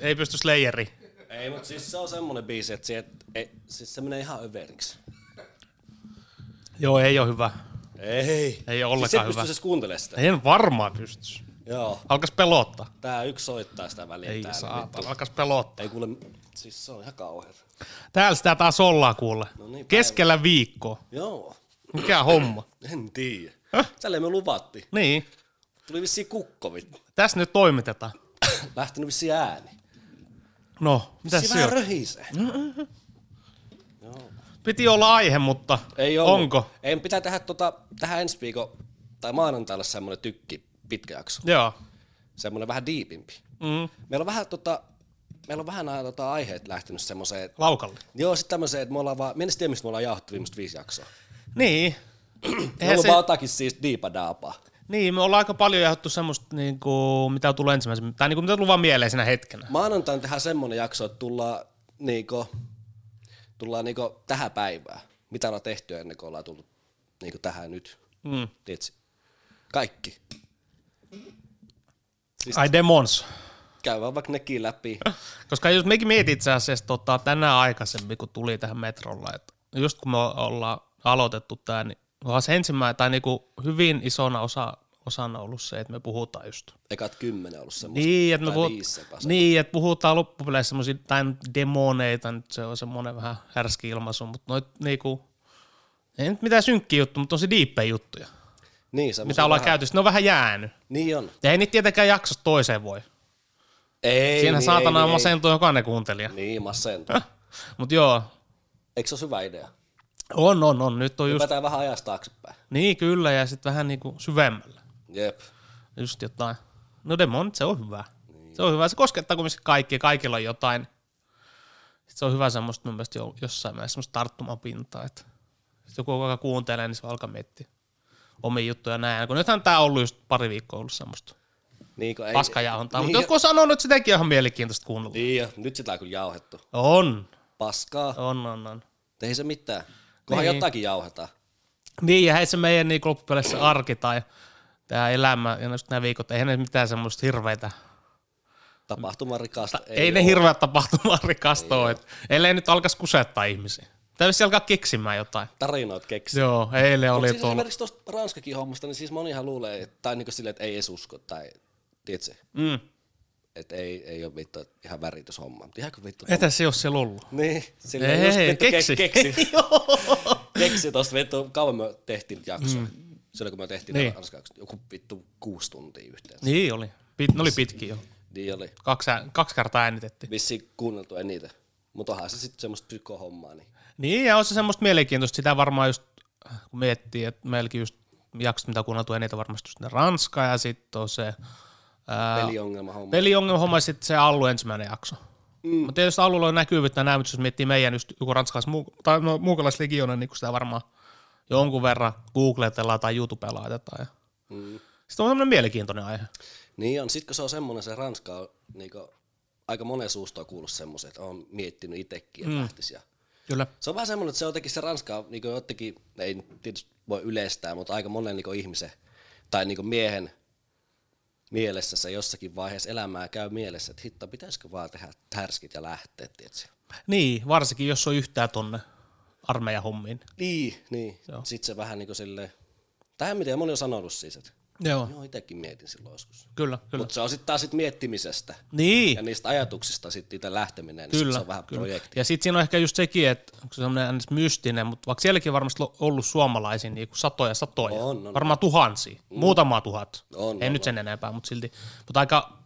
ei pysty Slayeri. Ei, mutta siis se on semmonen biisi, että se, et, siis se menee ihan överiksi. Joo, ei ole hyvä. Ei. Ei ole siis ollenkaan pysty hyvä. siis kuuntelemaan sitä. En varmaan pysty. Joo. Alkas pelottaa. Tää yksi soittaa sitä väliä. Ei täällä. saatana, alkas pelottaa. Ei kuule, siis se on ihan kauheeta. Täällä sitä taas ollaan kuule. No niin, Keskellä viikkoa. Joo. Mikä homma? En tiedä. Tälle me luvattiin. Niin, Tuli vissiin kukko, vittu. tässä nyt toimitetaan. lähtenyt vissiin ääni. No, mitä Vissiin se vähän on? Mm? röhisee. Piti olla aihe, mutta Ei ollut. onko? Ei, pitää tehdä tota, tähän ensi viikon tai maanantaina semmoinen tykki, pitkä jakso. Joo. Semmoinen vähän diipimpi. Mm. Meillä on vähän tota, meillä on vähän nämä tota, aiheet lähtenyt semmoiseen, Laukalle. Niin joo sit tämmöiseen, että me ollaan vaan, minä en tiedä, mistä me ollaan jaettu viimeiset viisi jaksoa. Niin. Me Eihän ollaan se, se... vaan jotakin siis diipadaapaa. niin, me ollaan aika paljon jaettu semmoista, niin kuin, mitä tulee ensimmäisenä, tai niin kuin, mitä tulee vaan mieleen siinä hetkenä. Maanantaina tehdään semmoinen jakso, että tullaan, niinku, tullaan niinku tähän päivään. Mitä ollaan tehty ennen kuin ollaan tullut niinku tähän nyt. Mm. Tiedätkö? Kaikki. Siis- Ai demons. Käydään vaikka nekin läpi. Koska jos mekin mietin itse asiassa tota, tänään aikaisemmin, kun tuli tähän metrolla, että just kun me ollaan aloitettu tämä, niin onhan se ensimmäinen, tai niin kuin hyvin isona osa, osana ollut se, että me puhutaan just. Ekat kymmenen on ollut semmoista. Niin, että me tai puhut, viisi epäs- niin, että puhutaan loppupeleissä semmoisia, tai nyt demoneita, nyt se on semmoinen vähän härski ilmaisu, mutta noit niinku, ei nyt mitään synkkiä juttu, mutta tosi diippejä juttuja, niin, semmoista mitä ollaan vähän- käyty. Sitten Ne on vähän jäänyt. Niin on. Ja ei niitä tietenkään jaksosta toiseen voi. Ei, Siinähän niin, saatana ei, on niin, masentuu jokainen kuuntelija. ei. Niin, masentaa. Mutta joo, Eikö se ole hyvä idea? on, on, on. Nyt on just Hypätään vähän ajasta taaksepäin. Niin kyllä, ja sitten vähän niinku syvemmällä. Jep. Just jotain. No demon, se on hyvä. Niin. Se on hyvä, se koskettaa kumminkin kaikkia, kaikilla on jotain. Sitten se on hyvä semmoista mun mielestä jo, jossain mielessä semmoista tarttumapintaa, että sit joku joka kuuntelee, niin se alkaa miettiä omia juttuja näin. Kun nythän tää on ollut just pari viikkoa ollut semmoista Niin, kun ei, paskajauhontaa, niin, mutta jotkut on sanonut, että sitäkin on ihan mielenkiintoista kuunnella. Niin. Niin, jo. nyt sitä on kyllä jauhettu. On, Paskaa. on, on, on. Ei se mitään. Kunhan Niin. niin. jotakin jauhetaan. Niin, ja hei se meidän niin loppupeleissä arki tai tämä elämä ja just nämä viikot, eihän ne mitään semmoista hirveitä Tapahtuman rikasta. ei, ei ne oo. hirveät tapahtumaa rikastoa, et, ellei nyt alkaisi kusettaa ihmisiä. Täytyisi alkaa keksimään jotain. Tarinoit keksi. Joo, eilen Oli oli siis tuolla. esimerkiksi tuosta Ranskakin hommasta, niin siis monihan luulee, että- tai niinku silleen, että ei edes usko, tai tiedätkö, Mm. että ei, ei ole vittu ihan värityshomma. Mutta ihan kuin vittu. Etä se ole siellä ollut. Niin, silleen Ei, just ei, vittu ke- keksi. keksi. keksi tosta vittu, kauan me tehtiin jakso. Mm. Silloin kun me tehtiin Niin. niin. joku vittu kuusi tuntia yhteensä. Niin oli. Pit, ne oli pitkiä jo. Niin oli Kaksi, ään- kaksi kertaa äänitettiin. vissiin kuunneltu eniten. Mutta onhan se sitten semmoista psykohommaa, niin Niin, ja on se semmoista mielenkiintoista. Sitä varmaan just, kun miettii, että meilläkin just jaksot, mitä kuunneltu eniten varmasti just ne Ranska ja sitten on se ää, peliongelma homma. peliongelma homma ja sitten Mm. se Allu ensimmäinen jakso. Mm. Mutta tietysti Allulla on näkyvyyttä nämä, mutta jos miettii meidän just joku ranskalais, muu- tai no, muukalaislegiona, niin kun sitä varmaan jonkun verran googletellaan tai YouTubeen laitetaan. Ja... Mm. Sitten on tämmöinen mielenkiintoinen aihe. Niin on, sit kun se on semmoinen se Ranska, on, niin aika monen suusta on kuullut semmoisen, että on miettinyt itsekin ja mm. lähtisi. Ja Kyllä. se on vähän semmoinen, että se on jotenkin se Ranska, niin kuin jotenkin, ei nyt tietysti voi yleistää, mutta aika monen niin ihmisen tai niin miehen mielessä se jossakin vaiheessa elämää käy mielessä, että hitto, pitäisikö vaan tehdä härskit ja lähteä, tiedätkö? Niin, varsinkin jos on yhtään tonne armeijan hommiin. Niin, niin. Joo. Sitten se vähän niin kuin silleen, tähän mitä moni on sanonut siis, että Joo, joo, itsekin mietin silloin joskus. kyllä, kyllä. Mutta se on sitten taas sit miettimistä Niin, ja niistä ajatuksista sitten itse lähteminen, niin Kyllä, Kyllä. se on vähän kyllä. projekti. Ja sitten siinä on ehkä just sekin, että onko se semmoinen ns. mystinen, mutta vaikka sielläkin on varmasti lo- ollut suomalaisia niin kuin satoja satoja, On, on. varmaan tuhansia, mm. muutama tuhat, On, ei on, nyt sen enempää, mutta silti, mutta aika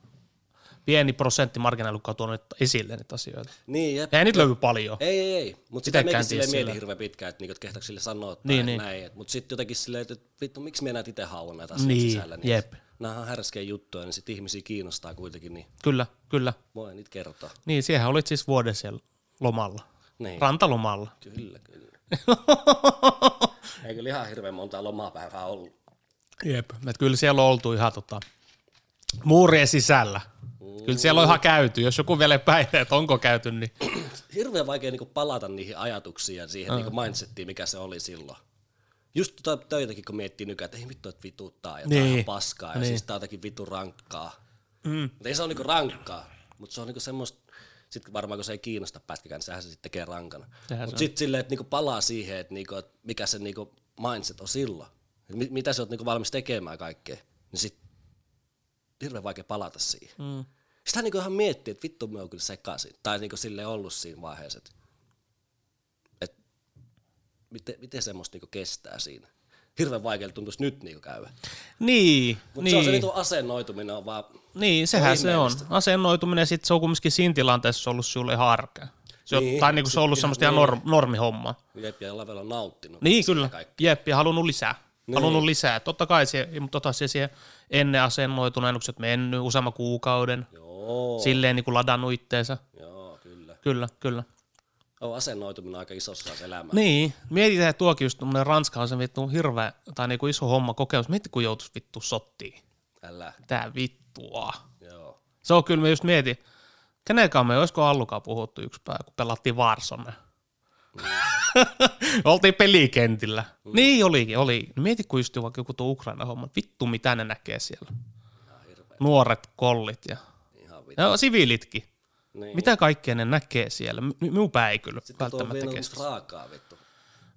pieni prosentti marginaalukka on tuonut esille niitä asioita. Niin, jep. Ja ei niitä löydy paljon. Ei, ei, ei. Mutta sitä Mitenkään mekin sille tiedä sillä. mieti hirveän pitkään, että niinku, et kehtaako sille sanoa tai Niin, niin, niin. niin. näin. Mutta sitten jotenkin silleen, että vittu, miksi minä näet itse hauen näitä asioita Niin, sisällä. jep. Nämä on härskejä juttuja, niin sitten ihmisiä kiinnostaa kuitenkin, niin Kyllä, kyllä. voi niitä kertoa. Niin, siehän olit siis vuoden siellä lomalla, Niin, rantalomalla. kyllä, kyllä. ei kyllä ihan hirveän monta lomapäivää ollut. Jep. Et kyllä siellä on oltu ihan tota, muurien sisällä. Kyllä siellä on ihan käyty. Jos joku vielä epäilee, että onko käyty, niin Hirveän vaikea niinku palata niihin ajatuksiin ja Ah. siihen niinku mindsettiin, mikä se oli silloin. Just tota töitäkin, kun miettii nykyään, että ei vittu, että vituttaa ja niin. Niin. tää on paskaa ja niin. siis tää on jotakin vitu rankkaa. Mm. Mutta ei se ole niinku rankkaa, Mutta se on niinku semmoista, sitten varmaan kun se ei kiinnosta pätkäkään, niin sehän se sitten tekee rankana. Sehän Mutta se sitten silleen, että niinku palaa siihen, että niinku, et mikä se niinku mindset on silloin. Et mi- mitä sä oot niinku valmis tekemään kaikkea. Niin sit hirveän vaikea palata siihen. Mm. Sitä niinku ihan miettii, että vittu me on kyllä sekaisin. Tai niinku sille ollut siinä vaiheessa, että et, miten, miten semmoista niinku kestää siinä. Hirveän vaikealta tuntuisi nyt niinku käydä. Niin, Mutta se on niin. se niinku asennoituminen on vaan, Niin, sehän On se on. ihmeellistä. Asennoituminen, sit se on kumminkin siinä tilanteessa ollut sulle harkea. Se on, Niin, niin, tai niinku se on ollut sit semmoista ihan ihan norm, normihommaa. jep, ja jollain vielä on nauttinut. Niin, siitä kyllä. kaikkea. Jep, ja halunnut lisää. Niin. Halunnut lisää. Totta kai se, mutta tota se siihen ennen asennoituneena, kun sä oot mennyt useamman kuukauden, Joo, silleen niin kuin ladannut itteensä. joo, kyllä. Kyllä, kyllä. On asennoituminen aika isossa osassa elämää. Niin, mietitään että tuokin just tuommoinen Ranska on se vittu hirveä, tai niinku iso homma kokemus. Mietti, kun joutuis vittu sottiin. Älä, Tää vittua. joo. Se on kyllä, mä just mietin, kenenkaan me olisiko Allukaan puhuttu yksi päivä, kun pelattiin Varsonne. Mm. Oltiin pelikentillä. Niin olikin, oli. No mieti, kun just vaikka joku tuo Ukraina homma. Vittu, mitä ne näkee siellä. Ihan hirveä. Nuoret kollit ja, Ihan vittu. ja siviilitkin. Niin. Mitä kaikkea ne näkee siellä? M- minun pää ei kyllä Sitten tuo on välttämättä vielä kestä. semmoista raakaa vittu.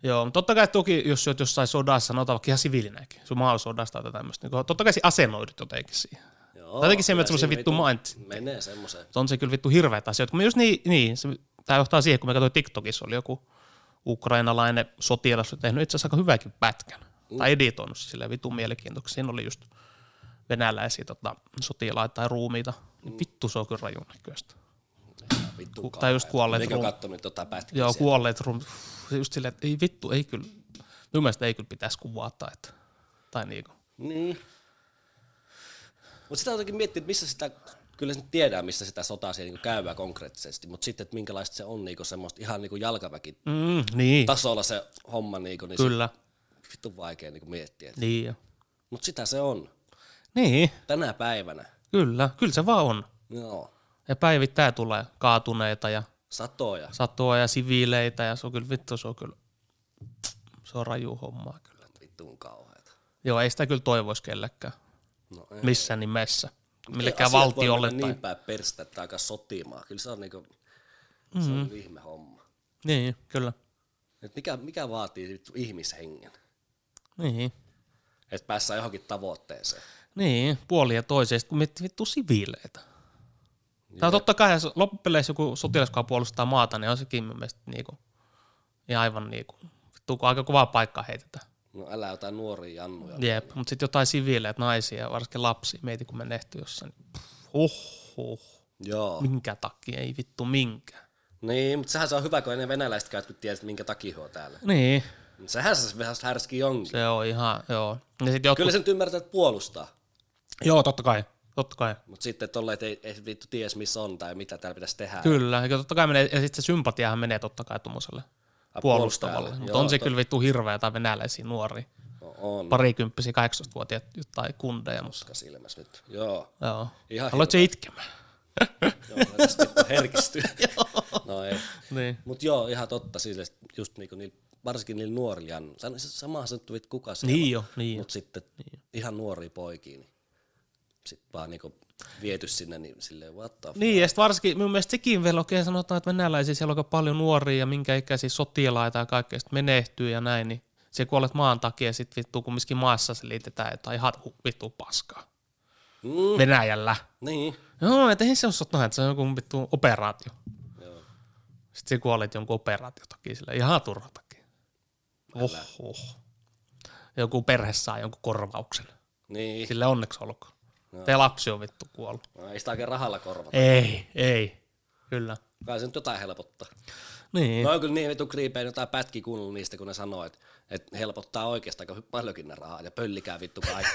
Joo, mutta totta kai toki, jos olet jossain sodassa, no otan vaikka ihan siviilinäkin, sun maa on sodasta tai tämmöistä, niin totta kai se asennoidut jotenkin siihen. Joo, Tai jotenkin se kyllä menee semmoisen siinä vittu mindset. Menee semmoisen. Mutta on se kyllä vittu hirveät asioita, kun me just niin, niin se, tämä johtaa siihen, kun me katsoin TikTokissa oli joku ukrainalainen sotilas, joka on tehnyt itse asiassa aika hyväkin pätkän, mm. tai editoinut se silleen vitun mielenkiintoksi, siinä oli just venäläisiä tota, sotilaita tai ruumiita, Mm. niin vittu se on kyllä rajun näköistä. Vittu Ku- tai kauhean. just kuolleet Minäkin ruum- oon kattonut tota pätkiä Joo, Joo, kuolleet rum... Just silleen, että ei vittu, ei kyllä... Minun mielestä ei kyllä pitäisi kuvata, että... Tai niinku. Niin. Mutta sitä jotenkin miettii, että missä sitä, kyllä sen tiedää, missä sitä sotaa siellä niinku käydään konkreettisesti, mutta sitten, että minkälaista se on niinku semmoista ihan niinku jalkaväki Mm, niin, tasolla se homma, niinku, niin kyllä. se vittu vaikea niinku miettiä. Niin jo. Mutta sitä se on Niin, tänä päivänä. kyllä. Kyllä se vaan on. Joo, Ja päivittäin tulee kaatuneita ja satoja. satoa ja siviileitä ja se on kyllä vittu, se on kyllä... Se on raju hommaa kyllä. Vittuun kauheeta. Joo, ei sitä kyllä toivoisi kellekään. No Missään nimessä. Millekään Asiat voi valtiolle mennä tai... Niin päin perstä, että aika sotimaa. Kyllä se on, niinku, se Mm-hmm. on niinku ihme homma. Niin, kyllä. Et mikä, mikä vaatii vittu ihmishengen? Niin. Että päässään johonkin tavoitteeseen. Niin, puoli ja toisesta, kun miettii vittu siviileitä. Tämä on totta kai, jos loppupeleissä joku sotilas, joka puolustaa maata, niin on sekin mun mielestä niinku, ja aivan niinku, vittu kun aika kovaa paikkaa heitetään. No älä jotain nuoria jannuja. Jep, mutta sitten jotain siviileitä, naisia, varsinkin lapsia, mieti kun me nehty jossain. niin Huh, huh, Joo. minkä takia, ei vittu minkä. Niin, mutta sehän se on hyvä, kun ennen venäläiset käyt, kun tiedät, minkä takia he on täällä. Niin, Sehän se vähän härski jonkin. se on ihan, joo. Ja sit jotkut, Kyllä sen nyt ymmärtää, että puolustaa. Joo, totta kai, totta kai. Mutta sitten tolle, että ei, ei vittu ties missä on tai mitä täällä pitäisi tehdä. Kyllä, ja totta kai menee, ja sitten se sympatiahan menee totta kai tuommoiselle Ai, puolustavalle. puolustajalle. Mutta Joo, on se to- kyllä vittu hirveä tai venäläisiä nuoria. No, on. parikymppisiä, 18-vuotiaat tai kundeja. Mutta, Paska silmässä nyt. Joo. joo. Ihan Haluatko se itkemään? Joo, tästä vittu herkistyy. no ei. Niin. Mut joo, ihan totta, sille, just niinku niillä, varsinkin niillä nuorilla jannu. Sano- se Sama se nyt vittu kuka siellä Niin on. jo, niin jo. Mut sitten ihan nuoria poikia, niin sit vaan niinku viety sinne, niin silleen what the f- Niin, ja sitten varsinkin minun mielestä sekin vielä oikein sanotaan, että venäläisiä siellä on aika paljon nuoria ja minkä ikäisiä sotilaita ja kaikkea sitten menehtyy ja näin, niin se kuolet maan takia ja sitten vittu kumminkin maassa se liitetään jotain ihan hu- vittu paskaa. Mm, Venäjällä. niin. Joo, että ei se ole sota, no, että se on joku vittu operaatio. Joo. Sitten se kuolet jonkun operaatio takia sillä ihan turha takia. Oho. Joku perhe saa jonkun korvauksen. Niin. Sille onneksi olkoon. No. Te lapsi on vittu kuollut. No, ei sitä oikein rahalla korvata. Ei, ei. Kyllä. Kai se nyt jotain helpottaa. Niin. No No. on kyllä niin vittu kriipeen jotain pätkiä kuunnellut niistä, kun ne sanoo, että, että helpottaa oikeastaan aika paljonkin ne rahaa ja pöllikää vittu kaikki.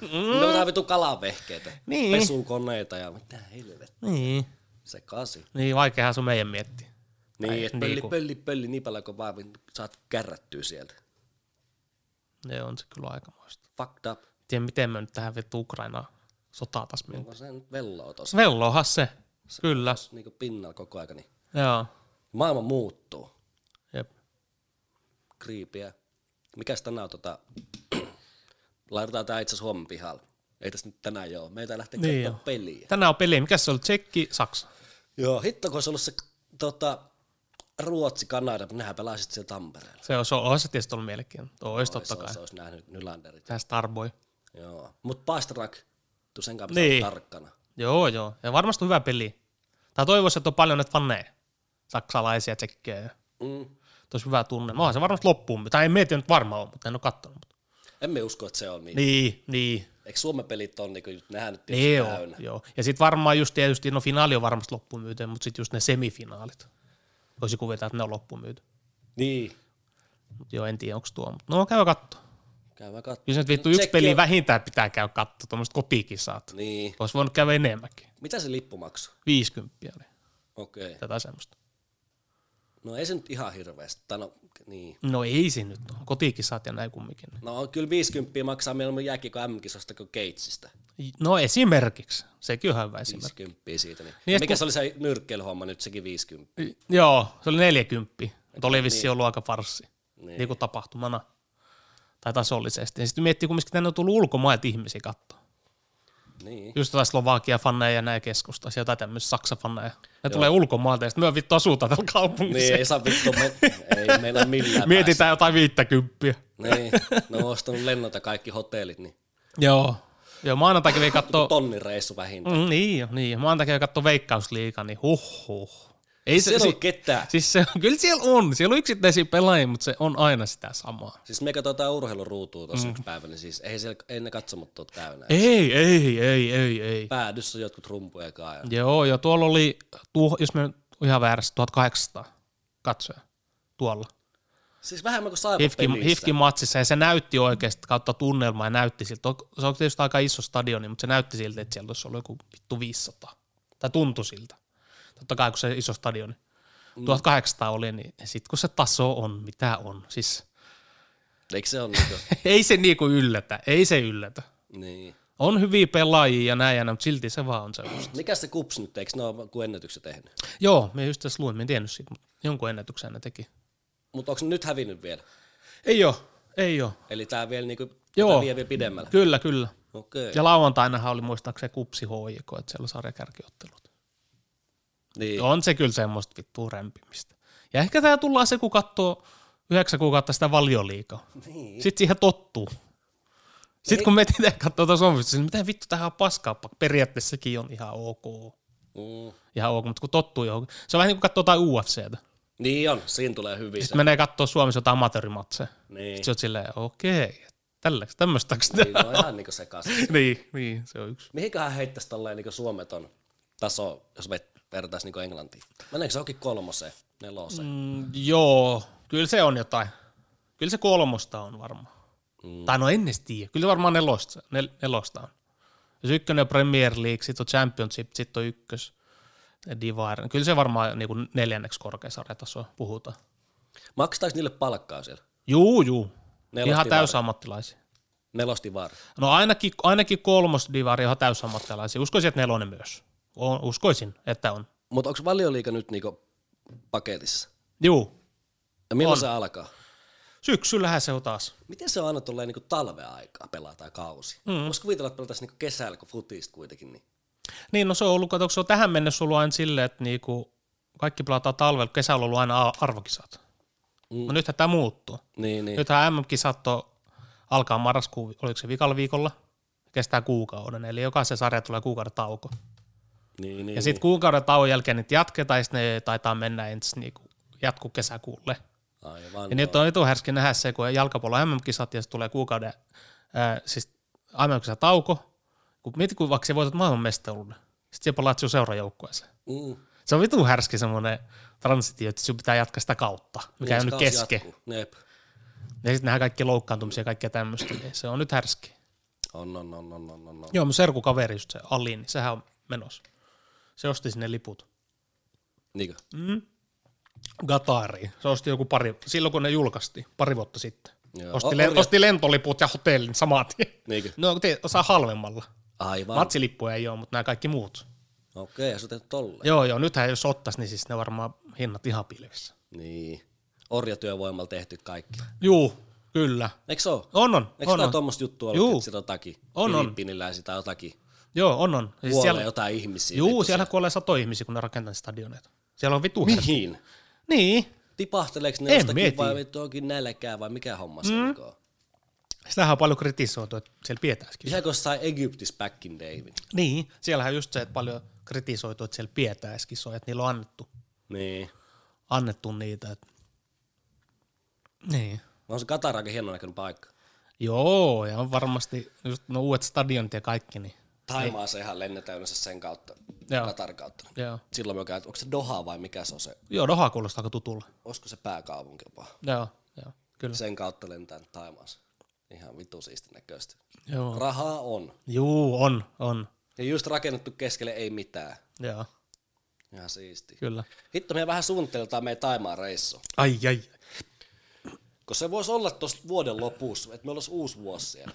mm. Ne on vittu kalavehkeitä, Niin. pesukoneita ja mitä helvettiä, Niin. se kasi. Niin, vaikeahan se on meidän miettiä. Niin, että pölli, niinku. pölli, pölli niin paljon kuin vaan vittu saat kärrättyä sieltä. Ne on se kyllä aikamoista. Fucked up. Tiedän, miten me nyt tähän vittu Ukrainaan sotaa taas mennyt. Onko se nyt velloo tossa? Vellohan se. Kyllä. Tossa niinku pinnalla koko ajan, niin Joo. maailma muuttuu. Jep. Kriipiä. Mikäs tänään on tota... Laitetaan tää itse asiassa huomenna pihalle. Ei tässä nyt tänään joo. Meitä lähtee Niin niin joo. peliä. Tänään on peli. Mikä se oli? Tsekki, Saksa. Joo, hitto kun olisi ollut se tota, Ruotsi, Kanada, mutta nehän pelasivat siellä Tampereella. Se olisi, olisi se tietysti ollut mielenkiintoista. Olisi totta Se olisi- kai. Se olisi nähnyt Nylanderit. Tähän Starboy. Joo. Mut Pastrak, tu sen kanssa niin. Niin. tarkkana. Joo, joo. Ja varmasti hyvä peli. Tai toivoisin, että on paljon näitä faneja. Saksalaisia, tsekkejä. Mm. Tuossa hyvä tunne. Mä oon se varmasti loppuun. Tai en mietiä nyt varmaan on, mutta en ole kattonut. Mutta. Emme usko, että se on niin. niin. Niin, niin. Eikö Suomen pelit on niin just nehän nyt tietysti Ne joo. on, täynnä. joo. Ja sitten varmaan just tietysti, no finaali on varmasti loppuun myyty, mutta sitten just ne semifinaalit. Voisi kuvitella, että ne on loppuun myyty. Niin. Mutta joo, en tiedä, onko tuo. Mutta no käy katto. Käydään katsomaan. Kyllä se nyt vittu yksi Tsekki peli on- vähintään pitää käydä katto, tuommoiset kotikisaat. Niin. Niin. Olisi voinut käydä enemmänkin. Mitä se lippu maksoi? 50 oli, Okei. Okay. tätä semmoista. No ei se nyt ihan hirveästi. Tai no, niin. No ei se nyt ole, kotikisaat ja näin kumminkin. No on kyllä 50 maksaa mieluummin jääkiekko M-kisosta kuin Gatesista. No esimerkiksi, sekin on ihan hyvä esimerkki. 50 siitä. Niin. Niin, niin et mikä kun- se oli se nyrkkeilyhomma nyt sekin 50? Y- Joo, se oli 40. Mutta oli vissiin ollut aika farssi. Niin. niin kuin tapahtumana. Tai tasollisesti. Ja sitten miettii kumminkin, että tänne on tullut ulkomailta ihmisiä katsoa. Niin. Just jotain Slovakia fanneja ja näin keskusta, jotain tämmöisiä Saksa fanneja. Ne Joo. tulee ulkomailta ja sitten me vittu asutaan täällä kaupungissa. Niin, ei saa vittu, me, ei meillä ole millään Mietitään jotain viittäkymppiä. päästä. Niin, ne on ostanut lennolta kaikki hotellit, niin Joo. Joo, maanantai kävi kattoo... tonnin reissu vähintään. Mm, niin jo, niin jo. Maanantai kävi kattoo Veikkausliiga, niin huh huh. Ei se, Siellä si- on ketään. siis se, on- kyllä siellä on. Siellä on yksittäisiä pelaajia, mutta se on aina sitä samaa. Siis me katsotaan urheiluruutua tuossa mm. yksi päivä, niin siis ei, siellä, ei ne katsomot ole täynnä. Ei, ei, ei, ei, ei. Päädyssä on jotkut rumpuja kaa. Ja... Joo, joo, tuolla oli, tuo, jos mä nyt oon ihan väärässä, 1800 katsoja tuolla. Siis vähemmän kuin saipa Hifkin, pelissä. Hifkin matsissa, ja se näytti oikeasti kautta tunnelmaa, ja näytti siltä, se on tietysti aika iso stadioni, mutta se näytti siltä, että siellä olisi ollut joku vittu 500, tai tuntui siltä. Totta kai, kun se iso stadioni. 1800 oli, niin sitten kun se taso on, mitä on, siis Eikö se ole niinku, ei se niinku yllätä, ei se yllätä. niin. On hyviä pelaajia ja näin ja näin, mutta silti se vaan on semmoista. Mikä se kups nyt, eikö ne ole kuin ennätyksen tehnyt? Joo, me just tässä luin, mä en tiennyt siitä, mutta jonkun ennätyksen ne teki. Mutta onko ne nyt hävinnyt vielä? Ei oo, ei oo. Eli tää vielä niinku, Joo. tää vie vielä pidemmällä. Kyllä, kyllä. Okei. Ja lauantainahan oli muistaakseni kupsi HJK, että siellä oli sarjakärkiottelut. Niin. On se kyllä semmoista vittua rämpimistä. Ja ehkä tää tullaan se, kun katsoo yhdeksän kuukautta sitä valioliikaa. Niin. Sitten siihen tottuu. Sitten kun me itse katsoo tuossa omista, niin mitä vittu tähän on paskaa, pakko. periaatteessa sekin on ihan ok. Mm. Ihan ok, mutta kun tottuu johonkin. Se on vähän niin kuin katsoo jotain UFCtä. Niin on, siinä tulee hyvin se. Sitten menee katsoo Suomessa jotain amatöörimatseja. Niin. Sitten sä oot silleen, okei, tälläks, tämmöstäks Niin, ne on ihan niinku sekaisin. niin, niin, se on yksi. Mihinköhän heittäisi tolleen niin suometon taso, jos me vertaisi niin Englantiin? Meneekö se onkin kolmoseen, neloseen? Mm, joo, kyllä se on jotain. Kyllä se kolmosta on varmaan. Mm. Tai no en edes tiedä. Kyllä se varmaan nelosta, nel, nelosta on. Jos ykkönen on Premier League, sitten on Championship, sitten on ykkös. ja Divair. Kyllä se varmaan niin kuin neljänneksi korkein sarjataso puhutaan. Maksetaanko niille palkkaa siellä? Juu, juu. Nelos Ihan Divaria. täysammattilaisia. Nelostivar. No ainakin, ainakin kolmos divari on ihan täysammattilaisia. Uskoisin, että nelonen myös. O- Uskoisin, että on. Mutta onko valioliika nyt niinku paketissa? Juu. Ja milloin on. se alkaa? Syksyllähän se on taas. Miten se on aina tolleen niinku talven aikaa pelataan kausi? Mm. Voisi kuvitella, että pelataan niinku kesällä, kun futista kuitenkin. Niin. Niin, no se on ollut, kato, se on tähän mennessä ollut aina silleen, että niinku kaikki pelataan talvella, kun kesällä on ollut aina a- arvokisat. Mm. No nythän tämä muuttuu. Niin, niin. Nythän MM-kisat on, alkaa marraskuun, oliko se vikalla viikolla, kestää kuukauden, eli jokaisen sarja tulee kuukauden tauko. niin, niin Ja sitten kuukauden tauon jälkeen niitä jatketaan, ja sit ne taitaa mennä ensin niinku jatku kesäkuulle. niin. Aivan. Ja nyt on etuhärski nähdä se, kun jalkapallon MM-kisat ja sitten tulee kuukauden, ää, siis MM-kisat tauko. Kun mieti, kun vaikka sä voitat maailmanmestaruuden, sitten siellä palaat sun seurajoukkueeseen. Mm. Se on vitun härski semmoinen transitio, että sun pitää jatkaa sitä kautta, mikä on nyt kausi keske. Niin, jatkuu. Jep. Ja sitten nähdään kaikki loukkaantumisia ja kaikkea tämmöistä, niin se on nyt härski. On, on, on, on, on, on, on. Joo, mun serkukaveri just se Ali, niin sehän on menossa. Se osti sinne liput. Niinkö? Mm. Gatariin. Se osti joku pari, silloin kun ne julkaistiin, pari vuotta sitten. Joo. Osti, O- len, oli- osti lentoliput ja hotellin saman tien. Niinkö? No, te, osaa halvemmalla. Aivan. Okei, Matsilippuja ei ole, mutta nämä kaikki muut. okay, ja sä teet tolleen. Joo, joo, nythän jos ottaisi, niin siis ne varmaan hinnat ihan pilvissä. Niin. Orjatyövoimalla tehty kaikki. Juu, Kyllä. Eikö se ole? On, on. Eikö on, sillä on. tuommoista juttua ollut, Juu. että sitä jotakin On, on. Filippiiniläisiä tai jotakin Joo, on, on. Siis kuolee siellä, jotain ihmisiä? juu, vittu siellä kuolee sato ihmisiä, kun ne rakentaa niitä stadioneita. Siellä on vitu siellä. Mihin? Niin. Tipahteleeko En ne jostakin mieti. vai vittu onkin nälkää vai mikä homma se mm. on? Sitähän on paljon kritisoitu, että siellä pietäisikin. Lisäkö Niin sai Egyptis back in David? Niin, siellähän on just se, että paljon kritisoitu, että siellä pietäis kisoja, että niillä on annettu, Niin. annettu niitä. Että... Niin. On se Katar aika hienon näköinen paikka. Joo, ja on varmasti just no uudet stadionit ja kaikki, niin Taimaa se ihan lennetään yleensä sen kautta, Joo. Katar kautta. joo. Silloin me käy, onko se Doha vai mikä se on se, Joo, Doha kuulostaa aika tutulla. olisiko se pääkaupunki jopa? Joo, joo, kyllä. Sen kautta lentää Taimaassa. Ihan vitu siisti näköistä. Joo. Rahaa on. Juu, on, on. Ja just rakennettu keskelle ei mitään. Joo, Ihan siisti. kyllä. Hitto, me vähän suunniteltaan meidän Taimaan reissu. Ai, ai. Koska se voisi olla tuossa vuoden lopussa, että meillä olisi uusi vuosi siellä.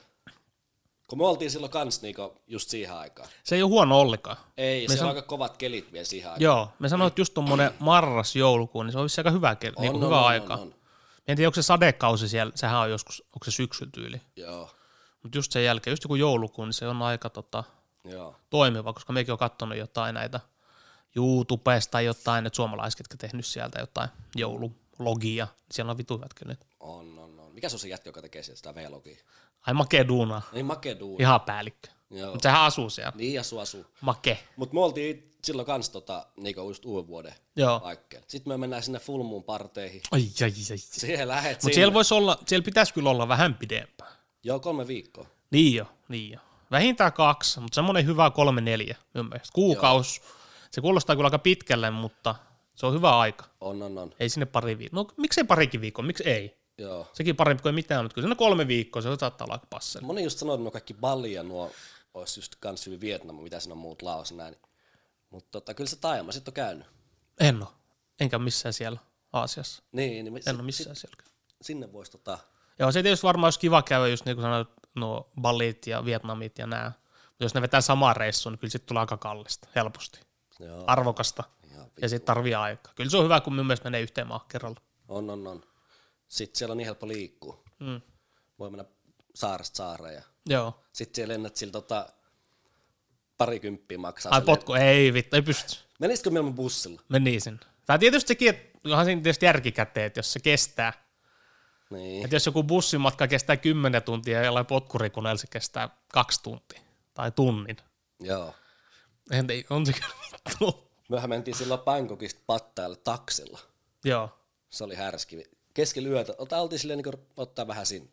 Kun me oltiin silloin kans niinku just siihen aikaan. Se ei ole huono ollenkaan. Ei, se on aika kovat kelit vielä siihen aikaan. Joo, me sanoin, että just tuommoinen marras-joulukuun, niin se olisi aika hyvä, ke- niin kuin hyvä aika. On, on, En tiedä, onko se sadekausi siellä, sehän on joskus, onko se syksytyyli. Joo, Mutta just sen jälkeen, just joku joulukuun, niin se on aika tota, joo. toimiva, koska mekin on katsonut jotain näitä YouTubesta tai jotain, että suomalaiset, jotka tehnyt sieltä jotain joululogia. Siellä on vitu hyvät kelit. On, on, on. Mikä se on se jätkä, joka tekee sieltä sitä V-logia? Ai Makeduna, Niin Makeduun. ihan päällikkö. Joo. Mutta sehän asuu siellä. Niin ja sua asuu. Make. Mut me oltiin silloin kans tota, niinku just uuden vuoden Joo. paikkeilla. Sitten me mennään sinne Full Moon parteihin. Ai, ai, ai. Siihen lähet Mutta sinne. siellä voisi olla, siellä pitäisi kyllä olla vähän pidempään. Joo, kolme viikkoa. Niin jo, niin jo. Vähintään kaksi, mutta semmoinen hyvä kolme neljä mun mielestä. Kuukaus, se kuulostaa kyllä aika pitkälle, mutta se on hyvä aika. On, on, on. Ei sinne pari viikkoa. No miksei parikin viikkoa, miksi ei? Joo. Sekin parempi kuin ei mitään, mutta kyllä siinä kolme viikkoa, se saattaa olla aika passeli. Moni just sanoi, että nuo kaikki Bali ja nuo olisi just kans hyvin Vietnam, mitä siinä on muut Laos ja näin. Mutta tota, kyllä se taajama sitten on käynyt. En oo. Enkä ole missään siellä Aasiassa. Niin, niin me, En ole sit, missään siellä. sinne voisi tota, Joo, se tietysti varmaan olisi kiva käydä, just niin kuin sanoit, nuo Balit ja Vietnamit ja nää. Mutta jos ne vetää samaan reissuun, niin kyllä sitten tulee aika kallista, helposti, joo, arvokasta. ihan vi- Ja sitten tarvii aikaa. Kyllä se on hyvä, kun mun mielestä menee yhteen maahan kerralla. on, on, on. Sitten siellä on niin helppo liikkua. Mm. Voi mennä saaresta saareen ja Joo. sitten siellä lennät sillä tota, parikymppiä maksaa. Ai se len- potku, ei vittu, ei pysty. Menisikö mieluummin bussilla? Meni sen. Tai tietysti sekin, että onhan siinä tietysti järkikäteen, että jos se kestää. Niin. Että jos joku bussimatka kestää 10 tuntia ja jollain potkurikoneella se kestää kaksi tuntia tai tunnin. Joo. En, ei- on se kyllä vittu. Myöhän mentiin silloin Bangkokista pattajalle taksilla. Joo. Se oli härski. Keskellä yötä. Ota, oltiin silleen niin ottaa vähän siinä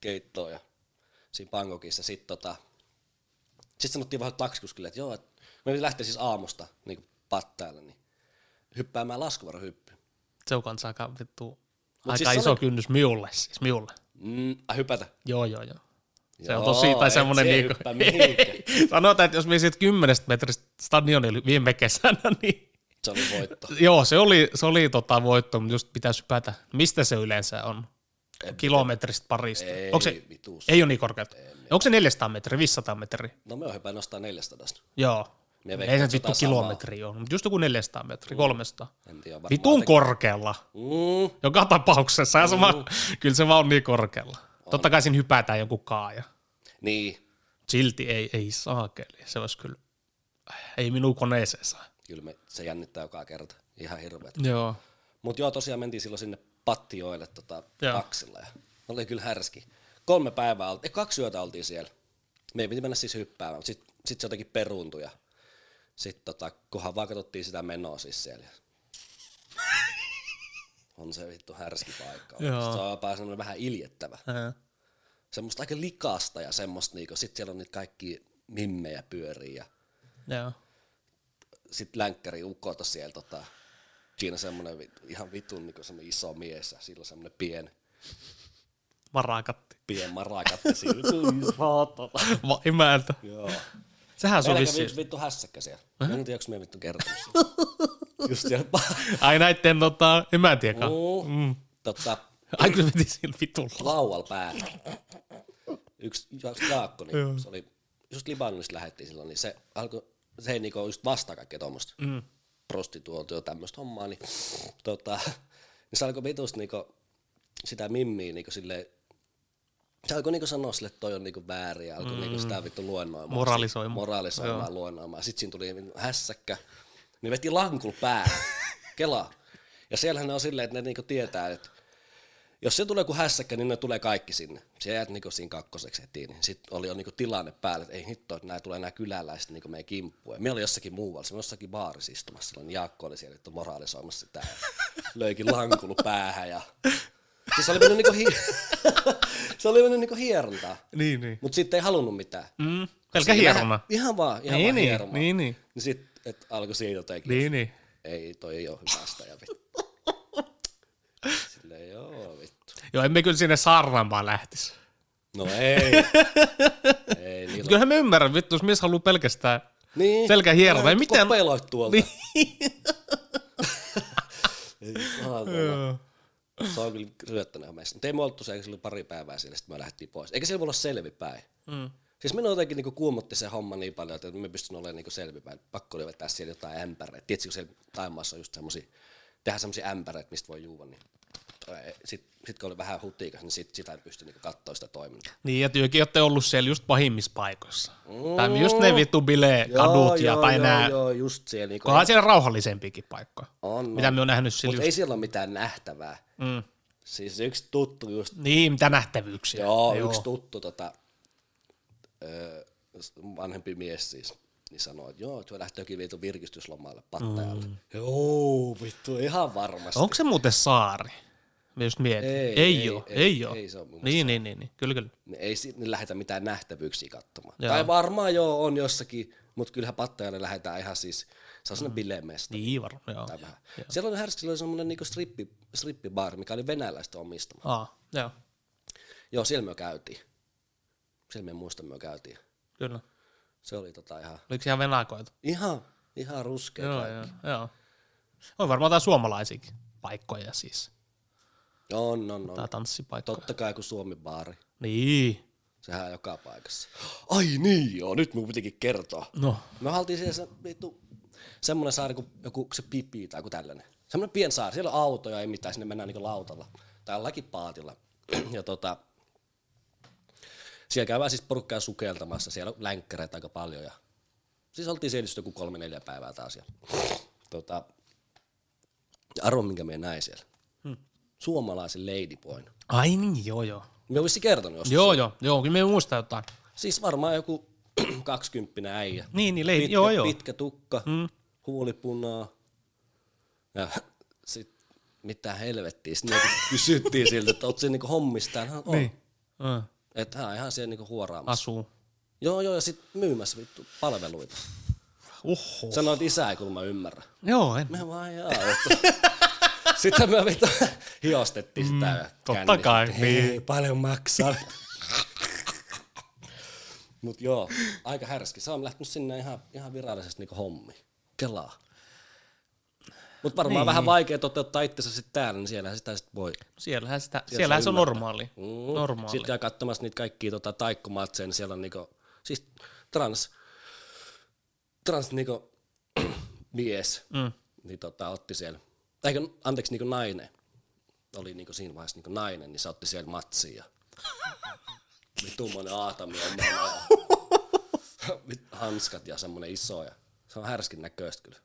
keittoa ja siinä Bangkokissa. Sitten tota, sit sanottiin vähän taksikuskille, että joo, et, me piti lähteä siis aamusta niin pattajalle, niin hyppäämään laskuvarohyppy. Se on kanssa aika vittu. Mut aika siis iso olet- kynnys miulle, siis miulle. Mm, ah, hypätä. Joo, joo, joo. Se on Joo, tosi, tai et semmoinen se niinku, hyppää mihinkään. sanotaan, että jos me siitä kymmenestä metristä stadionille viime kesänä, niin Se oli voitto. joo, se oli, se oli tota voitto, mutta just pitäisi hypätä. Mistä se yleensä on? Kilometristä parista. Ei, Onko se, vitus. ei ole niin korkealta. Onko se 400 metriä, 500 metriä? No me on hypää nostaa 400. Joo. Me Ei veikkaan se nyt vittu jotain samaa. kilometriä ole, mutta just joku 400 metriä, 300. En tiedä varmaan. Vitun korkealla. Mm, Joka tapauksessa. Ja se vaan, kyllä se vaan on niin korkealla. Totta kai siinä hypätään jonkun kaaja. niin, Silti ei, ei saakeli. Se olisi kyllä, ei minun koneeseen saa. kyllä me, se jännittää joka kerta. Ihan hirveet. Joo. Mutta joo, tosiaan mentiin silloin sinne pattioille tota, Joo. taksilla. Ja oli kyllä härski. Kolme päivää, oltiin, kaksi yötä oltiin siellä. Me ei piti mennä siis hyppäämään, mutta sitten sit se jotenkin peruuntui. Ja sitten tota, kunhan vaan katsottiin sitä menoa siis siellä. on se vittu härski paikka. Joo. Joo. Se on jopa semmoinen vähän iljettävä. Äh, Semmoista aika likasta ja semmoista niinku, sit siellä on niitä kaikki mimmejä pyörii ja Joo. sit länkkäri ukota siellä tota, siinä semmoinen vit- ihan vitun niin semmoinen iso mies ja sillä semmoinen pien, Varakatti. pien marakatti siinä. Vitun saatana. Va, imältä. Joo. Sehän sun Meillä kävi vissiin. yksi vittu hässäkkä siellä. Mä en tiedä, onko me vittu kertonut. sitä. Just siellä. Ai näitten tota, emäntien kanssa. Mm. Tota, Ai kyllä veti sillä vitulla. laual päällä. Yksi yksi Jaakko, niin se oli, just Libanonista lähettiin silloin, niin se alkoi, se ei niinku just vastaa kaikkea tuommoista mm. prostituotio tämmöistä hommaa, niin, tota, niin se alkoi vitusti niinku sitä mimmiä niinku silleen Se alkoi niinku sanoa sille, että toi on niinku väärin ja alkoi mm. niinku sitä vittu luennoimaan. Moralisoimaan. Moralisoimaan, Joo. luennoimaan. Sitten siinä tuli niinku hässäkkä. Ne veti lankul päähän. Kela. Ja siellähän ne on silleen, että ne niinku tietää, että jos se tulee joku hässäkkä, niin ne tulee kaikki sinne. Sä jäät niinku siinä kakkoseksi heti, niin sitten oli jo niinku tilanne päällä, että ei hitto, että nämä tulee nämä kyläläiset niinku meidän kimppuun. Ja me oli jossakin muualla, se oli jossakin baarissa istumassa silloin, niin Jaakko oli siellä vittu moralisoimassa sitä. Löikin lankulu päähän ja... Siis se oli mennyt niinku, hi... se oli mennyt niinku hierontaa, Niin, niin. mutta sitten ei halunnut mitään. Mm, pelkä Siinä hierona. Ihan, ihan vaan, ihan Niin, vaan niin, hieromaan. niin, niin. Niin sit, et alkoi siitä jotenkin. Niin, niin. Ei, toi ei ole hyvästä ja vittu. Silleen, joo vittu. Joo, emme kyllä sinne saarnaamaan lähtisi. No ei. ei niillä. Kyllähän me ymmärrän, vittu, jos mies haluaa pelkästään Niin. selkä hierota, ei Vittu, mitään. Kopeloit tuolta. Niin. Ei, saatana. se on kyllä ryöttänä meistä. Mutta ei me oltu se, sillä pari päivää siellä, sitten me lähdettiin pois. Eikä siellä voi olla selvipäin. Mm. Siis minua jotenkin niinku kuumotti se homma niin paljon, että me pystyn olemaan niinku selvipäin. Pakko oli vetää siellä jotain ämpäreitä. Tiedätkö, kun siellä Taimaassa on just semmosia, tehdään semmosia ämpäreitä, mistä voi juua, niin sitten sit kun oli vähän hutiikas, niin sit, sitä ei pysty niinku katsoa sitä toimintaa. Niin, ja työkin olette ollut siellä just pahimmissa paikoissa. Mm. Tai just ne vittu bile-kadut ja tai joo, nää. joo, just siellä. Niinku, Onhan siellä rauhallisempiakin paikkoja, on, mitä me on nähnyt sillä Mutta just. ei siellä ole mitään nähtävää. Mm. Siis yksi tuttu just Niin, mitä nähtävyyksiä. Joo, joo. yksi tuttu tota, ö, vanhempi mies siis, niin sanoi, että joo, tuo lähtöökin viitu virkistyslomalle pattajalle. Mm. Joo, vittu, ihan varmasti. Onko se muuten saari? Mä just mietin. Ei, Ei, ei, ei, oo, ei, ei, ei, oo. ei se oo mun mielestä niin, niin, niin, niin, kyllä, kyllä. Ne ei si- ne lähetä mitään nähtävyyksiä katsomaan. Joo. Joo. Tai varmaan joo, on jossakin, mutta kyllähän pattajalle lähdetään ihan siis, se on sellainen bilemesta. Niin, varmaan, joo. Tai vähän. Siellä oli Härskillä oli semmoinen niinku strippi, strippibaari, mikä oli venäläistä omistama. Aa, joo, Joo, siellä me käytiin. Siellä me muista me käytiin. kyllä. Se oli tota ihan, Oliko ihan venakoita? ihan, ihan ruskea. Joo, joo, joo. On varmaan jotain suomalaisiakin paikkoja siis, On, on, on. tai tanssipaikkoja. Totta kai kuin Suomi baari. Niin, Sehän on joka paikassa. Ai niin joo, nyt mun pitikin kertoa. no, Me oltiin siellä se, vittu, semmonen saari kuin joku se pipi tai joku tällainen. Semmonen pien saari, siellä on autoja ei mitään, sinne mennään niinku lautalla. Tai jollakin paatilla. ja tota, siellä käydään siis porukkaa sukeltamassa, siellä on länkkäreitä aika paljon. Ja, siis oltiin siellä just joku kolme neljä päivää taas. Ja, tota, ja arvo minkä me näin siellä. Suomalaisen ladyboyn. ai niin, joo, joo. Me olisi kertonut joskus. Joo, joo, joo, kyllä me muistaa jotain. Siis varmaan joku 20 äijä. Niin, niin, leidi, pitkä, joo, joo. pitkä tukka, mm. huulipunaa. Ja sit mitä helvettiä. Sitten niinku kysyttiin siltä, että oot siinä niinku hommistaan. Hän on. Niin. Niin. Ö, Että hän on ihan siellä niinku huoraamassa. Asuu. Joo, joo, ja sit myymässä vittu palveluita. Uhu. Sanoit isää, ei kun mä ymmärrän. Joo, en. Mä vaan jaa. että- Sitten me vittu hiostettiin sitä. ja Mm, totta kännissä. kai, niin. Hei, paljon maksaa. Mut joo, aika härski. Se on lähtenyt sinne ihan, ihan virallisesti niinku hommi. Kelaa. Mut varmaan niin. vähän vaikea toteuttaa itsensä sit täällä, niin siellä sitä sit voi. Siellähän, sitä, siellähän se on normaali. Normaali. Sitten Mm. käy katsomassa niitä kaikkia tota, taikkumatseja, niin siellä on niinku, siis trans, trans niinku, mies, mm. niin tota, otti siellä, tai kun- anteeksi niinku nainen, oli niinku siinä vaiheessa niinku nainen, niin se otti siellä matsia. ja oli tuommoinen aatami omaa ja vit- hanskat ja semmoinen iso ja se on härskin näköistä kyllä.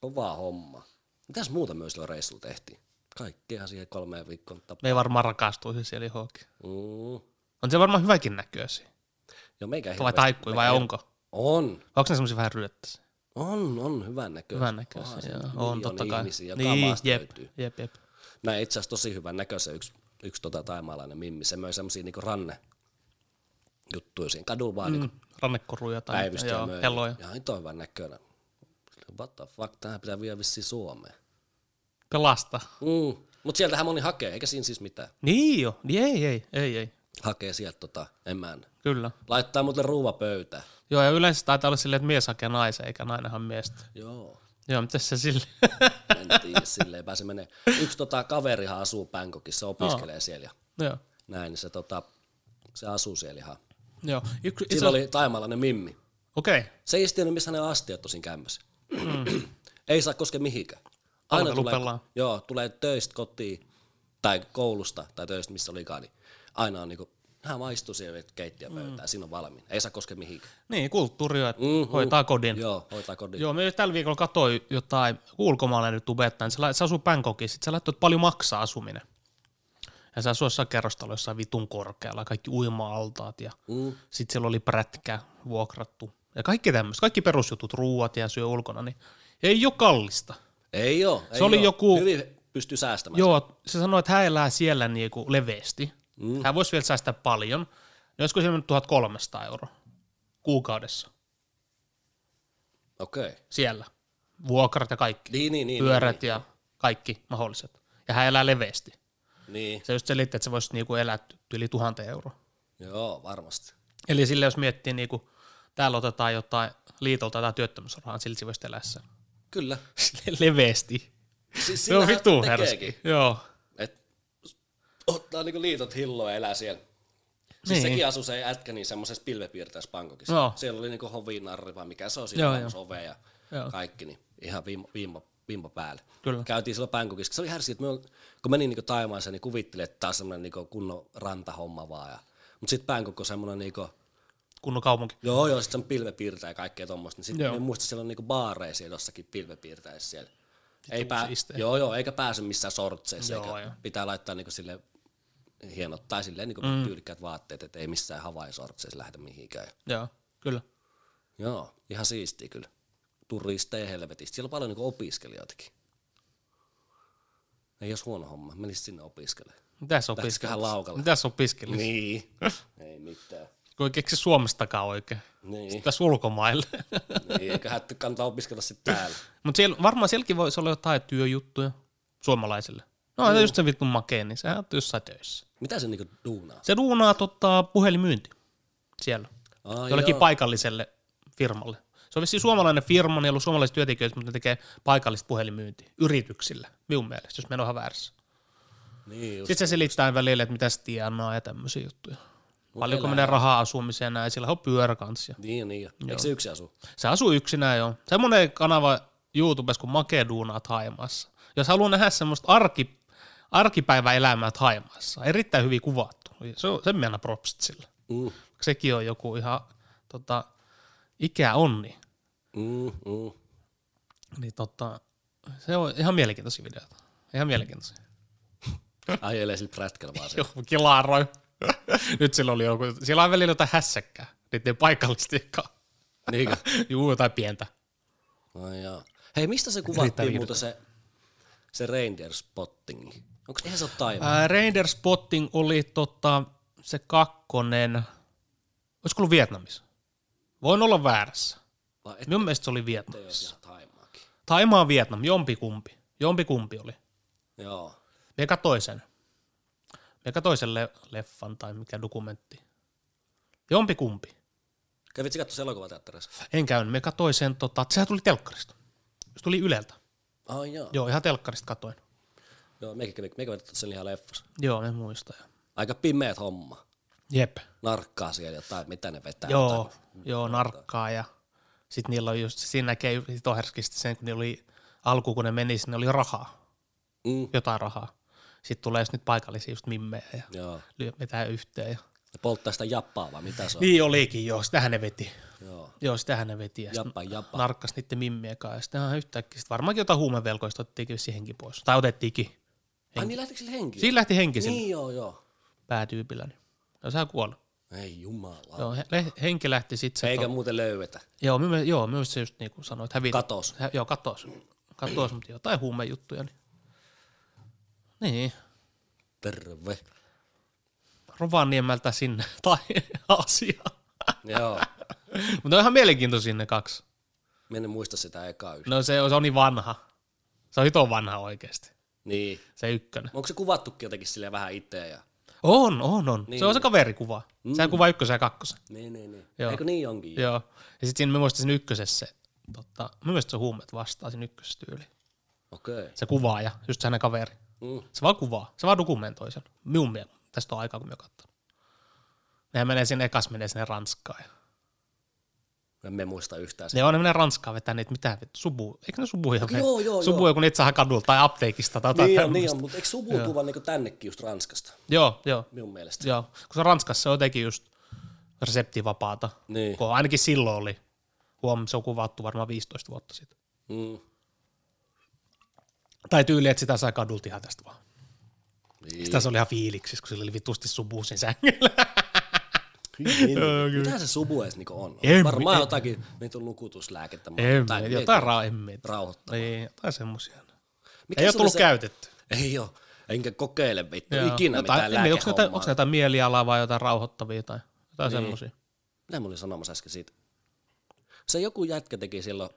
Kovaa homma. Mitäs muuta myös silloin reissulla tehtiin? Kaikkea siihen kolmeen viikkoon tapahtuu. Me varmaan rakastuisi siellä johonkin. Mm. On se varmaan hyväkin näköisiä. Joo, meikä Vai hirveästi- taikkui, vai onko? On, Vai Onko ne semmoisia vähän ryöttäisiä? on, on hyvän näköisiä. Hyvän näköisiä, joo. On totta kai. Ihmisiä, joka niin, maasta jep, löytyy. jep, jep. Näin itse asiassa tosi hyvän näköisiä yksi, yksi tota taimaalainen mimmi. Se möi semmosia niinku ranne juttuja siihen kadulla vaan mm. niinku Mm, Rannekoruja tai päivystä ja joo, möi. pelloja. Ja hito on hyvän näköinen. Silleen, What the fuck, tähän pitää viedä vissiin Suomeen. Pelasta. Mm. Mutta sieltähän moni hakee, eikä siinä siis mitään. Niin jo, niin ei, ei, ei, ei. Hakee sieltä tota emän. Kyllä. Laittaa mulle ruuva pöytään. Joo, ja yleensä taitaa olla silleen, että mies hakee naisen, eikä nainenhan miestä. Joo. Joo, mitäs se sille? En tiedä, silleen pääse menee. Yksi tota, kaverihan asuu Bangkokissa, se opiskelee siellä ja joo, näin, niin se, tota, se asuu siellä ihan. joo. Yksi, Sillä iso... oli taimalainen mimmi. Okei. Okay. Se ei tiennyt, missä hänen astiat tosin kämmässä. Mm. ei saa koske mihinkään. Aina Palvelu tulee, pelaa. joo, tulee töistä kotiin tai koulusta tai töistä, missä olikaan, niin aina on niinku Nämä maistuu siihen keittiöpöytään, mm. siinä on valmiina. Ei saa koskea mihinkään. Niin, kulttuuri on, että Mhm. hoitaa kodin. Joo, hoitaa kodin. Joo, me tällä viikolla katsoin jotain ulkomaalainen tubettajan, se, la- se asuu Bangkokissa, sit se laittoi, että paljon maksaa asuminen. Ja se asuu jossain kerrostalo jossain vitun korkealla, kaikki uima-altaat ja Mm. sitten siellä oli prätkä vuokrattu. Ja kaikki tämmöistä, kaikki perusjutut, ruuat ja syö ulkona, niin ei ole kallista. Ei joo. Ei oli oo. joku- Hyvin pystyy säästämään. Joo, se sanoi, että hän elää siellä niinku leveästi. Mm. Hän voisi vielä säästää paljon. Joskus se on mennyt 1300 euroa kuukaudessa Okei. Okay. siellä. Vuokrat ja kaikki. Niin, niin, niin. pyörät ja kaikki mahdolliset. Ja hän elää leveästi. Niin, Se just selitti, että sä voisit niinku elää ty- yli tuhanteen euroa. niin. joo, varmasti. Eli sille jos miettii, niinku, täällä otetaan jotain liitolta tai työttömyysrahaa, niin silti sä voisit elää sen. Kyllä. Silleen leveästi. Siis Se on sillähän vittu tekeekin. härski. Joo. Et ottaa niinku liitot hilloa ja elää siellä. Siis Niin. niin. sekin asui se ätkä niin semmoisessa pilvepiirteessä Bangkokissa. Joo. Siellä oli niinku hovinarri vai mikä se on, Joo, siinä joo, ove ja Joo. joo. kaikki, niin ihan vimma, vimma, vimma päälle. Kyllä. Käytiin silloin Bangkokissa. Se oli härski, että me, ol- kun menin niinku Taimaansa, niin kuvittelin, että tää on semmoinen niinku kunnon rantahomma vaan. Ja, mutta sitten Bangkok on semmoinen niinku, Kunnon kaupunki. Joo, joo, sitten on pilvepiirtäjä ja kaikkea tuommoista. Niin Joo. sitten en muista, siellä on niinku baareja siellä jossakin pilvepiirtäjissä siellä. Ei pää, siistiä. joo, joo, eikä pääse missään sortseissa. Joo, eikä joo. Pitää laittaa niinku sille hienot tai silleen niinku mm. tyylikkäät vaatteet, että ei missään havaisortseissa lähdetä mihinkään. Joo, kyllä. Joo, ihan siistiä kyllä. Turisteja helvetisti. Siellä on paljon niinku opiskelijoitakin. Ei jos huono homma, menisi sinne opiskelemaan. Mitäs on Lähtisiköhän laukalle? Mitäs on piskeli? Niin. Niin. ei mitään. Kun ei keksi Suomestakaan oikein. Niin, Tässä ulkomaille. niin eiköhän kantaa opiskella sitten täällä. Mutta siellä, varmaan sielläkin voisi olla jotain työjuttuja suomalaisille. No, mm. just se vittu makee, niin sehän on jossain töissä. Mitä se niinku duunaa? Se duunaa tota, puhelinmyynti siellä. Aa, Ai jollekin No joo. paikalliselle firmalle. Se on vissiin suomalainen firma, niin ollut suomalaiset työntekijöitä, mutta ne tekee paikallista puhelinmyyntiä yrityksillä, minun mielestä, jos me en ole ihan väärässä. Niin just. Sitten se selittää välillä, että mitä se tienaa ja tämmöisiä juttuja. Paljonko elää. menee rahaa asumiseen ja näin, sillä on pyöräkansia. Niin, niin. Eikö se yksi asu? Se asuu yksinään jo. Semmoinen kanava YouTubessa kuin Makeduunaat Haimaassa. Jos haluaa nähdä semmoista arki, arkipäiväelämää Haimaassa, erittäin hyvin kuvattu. Se on, sen mennä propsit sillä. Mm, Sekin on joku ihan tota, ikä onni. mm, mm. Niin tota, se on ihan mielenkiintoisia videoita. Ihan mielenkiintoisia. Ajelee sillä prätkällä vaan se. Joo, kilaaroi. Nyt sillä oli joku, sillä on välillä jotain hässäkkää. Niitä ei paikallisesti Niinkö? Juu, jotain pientä. No joo. Hei, mistä se Yrittää kuvattiin muuten se, se reindeer spottingi? Onko eihän se ole taivaan? Ää, Raider Spotting oli tota, se kakkonen, olisiko ollut Vietnamissa? Voin olla väärässä. Vai ettei Minun mielestä se oli ole Vietnamissa. ihan taimaakin? Taimaa Vietnam, jompikumpi. Jompikumpi oli. Joo. Me katsoin sen. Me katsoin sen le- leffan tai mikä dokumentti. Jompikumpi. Kävit sä katsoa elokuvateatterissa? En käynyt. Me katsoin sen, tota, sehän tuli telkkarista. Se tuli Yleltä. Ai joo. Joo, ihan telkkarista katoin. Joo, mekin kävi, mekin kävi sen ihan leffassa. Joo, me muistan. Aika pimeät homma. Jep. Narkkaa siellä jotain, mitä ne vetää. Joo, jotain. joo, narkkaa ja sitten niillä on just, siinä näkee toherskisti sen, kun niillä oli alku, kun ne meni, sinne oli rahaa, Mm, jotain rahaa. Sitten tulee just nyt paikallisia just mimmejä ja joo. lyö mitään yhteen. Ja... Ne polttaa sitä jappaa vai mitä se on? Niin olikin, joo, sitähän ne veti. Joo. Joo, sitähän ne veti. Ja sit Jappa, jappa. narkkas niiden mimmien kanssa. Ja sittenhän yhtäkkiä, sit varmaankin jotain huumevelkoista otettiinkin vissiin henki pois. Tai otettiinkin. Ai niin lähtikö sille henkiin? Siinä lähti henki sillä Niin joo, joo. päätyypillä. Niin. No sehän kuoli. Ei jumala. Joo, he- le- henki lähti sitten. Ah. Eikä muuten löydetä. Joo, minun, mielestä- joo, myös se just niin kuin sanoit, hävitä. Katos. Hä, joo, katos. Katos, mutta jotain huumejuttuja. Niin. niin. Terve. Rovaniemeltä sinne tai Aasiaan. Joo. mutta on ihan mielenkiintoisia ne kaksi. Mä en muista sitä ekaa yhtä. No se, on- se on niin vanha. Se on hito vanha oikeasti. Niin. Se ykkönen. Onko se kuvattukin jotenkin silleen vähän itseä ja... On, on, on. Niin. Niin, Se on se kaverikuva. Mm. Sehän kuvaa ykkösen ja kakkosen. Niin, niin, niin. Joo. Joo. Eikö niin onkin? Joo. Joo. Ja sitten siinä mä muistan siinä ykkösessä, totta, mä muistan se huumeet vastaa siinä ykköstyyli. Okei. Okay. Se kuvaaja, just se hänen kaveri. Mm. Se vaan kuvaa, se vaan dokumentoi sen. Minun mielestä tästä on aikaa, kun mä oon katsonut. Nehän menee sinne, ekas menee sinne Ranskaan. Ja me muista yhtään sitä. Ne on ne menee Ranskaan vetää niitä mitään vittu, subu, eikö ne subuja vee? joo, joo, Subuja kun niitä saa kadulta tai apteekista tai jotain Niin on, tämmöistä. niin on, mutta eikö subu tuu vaan niinku tännekin just Ranskasta, Joo, joo, minun mielestä? joo. Koska Ranskassa on jotenkin just reseptivapaata. Niin. Kun ainakin silloin oli. Huom, se on kuvattu varmaan 15 vuotta sitten. Mm. Tai tyyli, että sitä sai kadulta ihan tästä vaan. Niin. Sitä se oli ihan fiiliksissä, kun sillä oli vitusti subu siinä sängyllä. Niin. Mitä se subu edes niinku on? En- Varmaan jotakin niitä on nukutuslääkettä. Ei, tai niin. jotain raemmiä. rauhoittaa. Niin, jotain semmoisia. Mikä Ei ole se oli tullut se- käytetty. Ei oo. Enkä kokeile vittu Joo. ikinä mitään en tiedä, onko näitä, lääkehommaa. onko näitä mielialaa vai jotain rauhoittavia tai jotain niin. semmoisia. Mitä mä olin sanomassa äsken siitä? Se joku jätkä teki silloin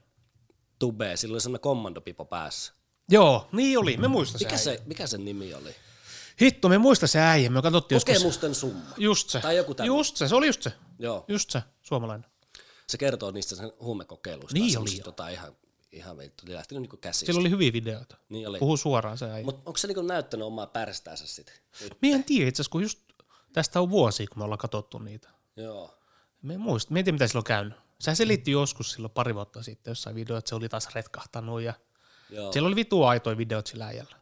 tubee, sillä oli sellainen kommandopipo päässä. Joo, niin oli, me muista se, Mikä, äijä. se, mikä sen nimi oli? Hitto, me muista se äijä, me katsottiin joskus. Kokemusten summa. Just se. Tai joku tämmönen. Just se, se oli just se. Joo. Just se, suomalainen. Se kertoo niistä sen huumekokeiluista. Niin oli semmosista jo. Tota ihan, ihan vittu, ne lähti niinku käsistä. Sillä oli hyviä videoita. Niin oli. Puhu suoraan se äijä. Mutta onko se niinku näyttänyt omaa pärstäänsä sitten? Mie en tiedä itse asiassa, kun just tästä on vuosia, kun me ollaan katsottu niitä. Joo. Me en muista, mietin mitä silloin on käynyt. Sehän selitti joskus silloin pari vuotta sitten jossain video, että se oli taas retkahtanut ja Joo. siellä oli vitu aitoja videot sillä äijällä.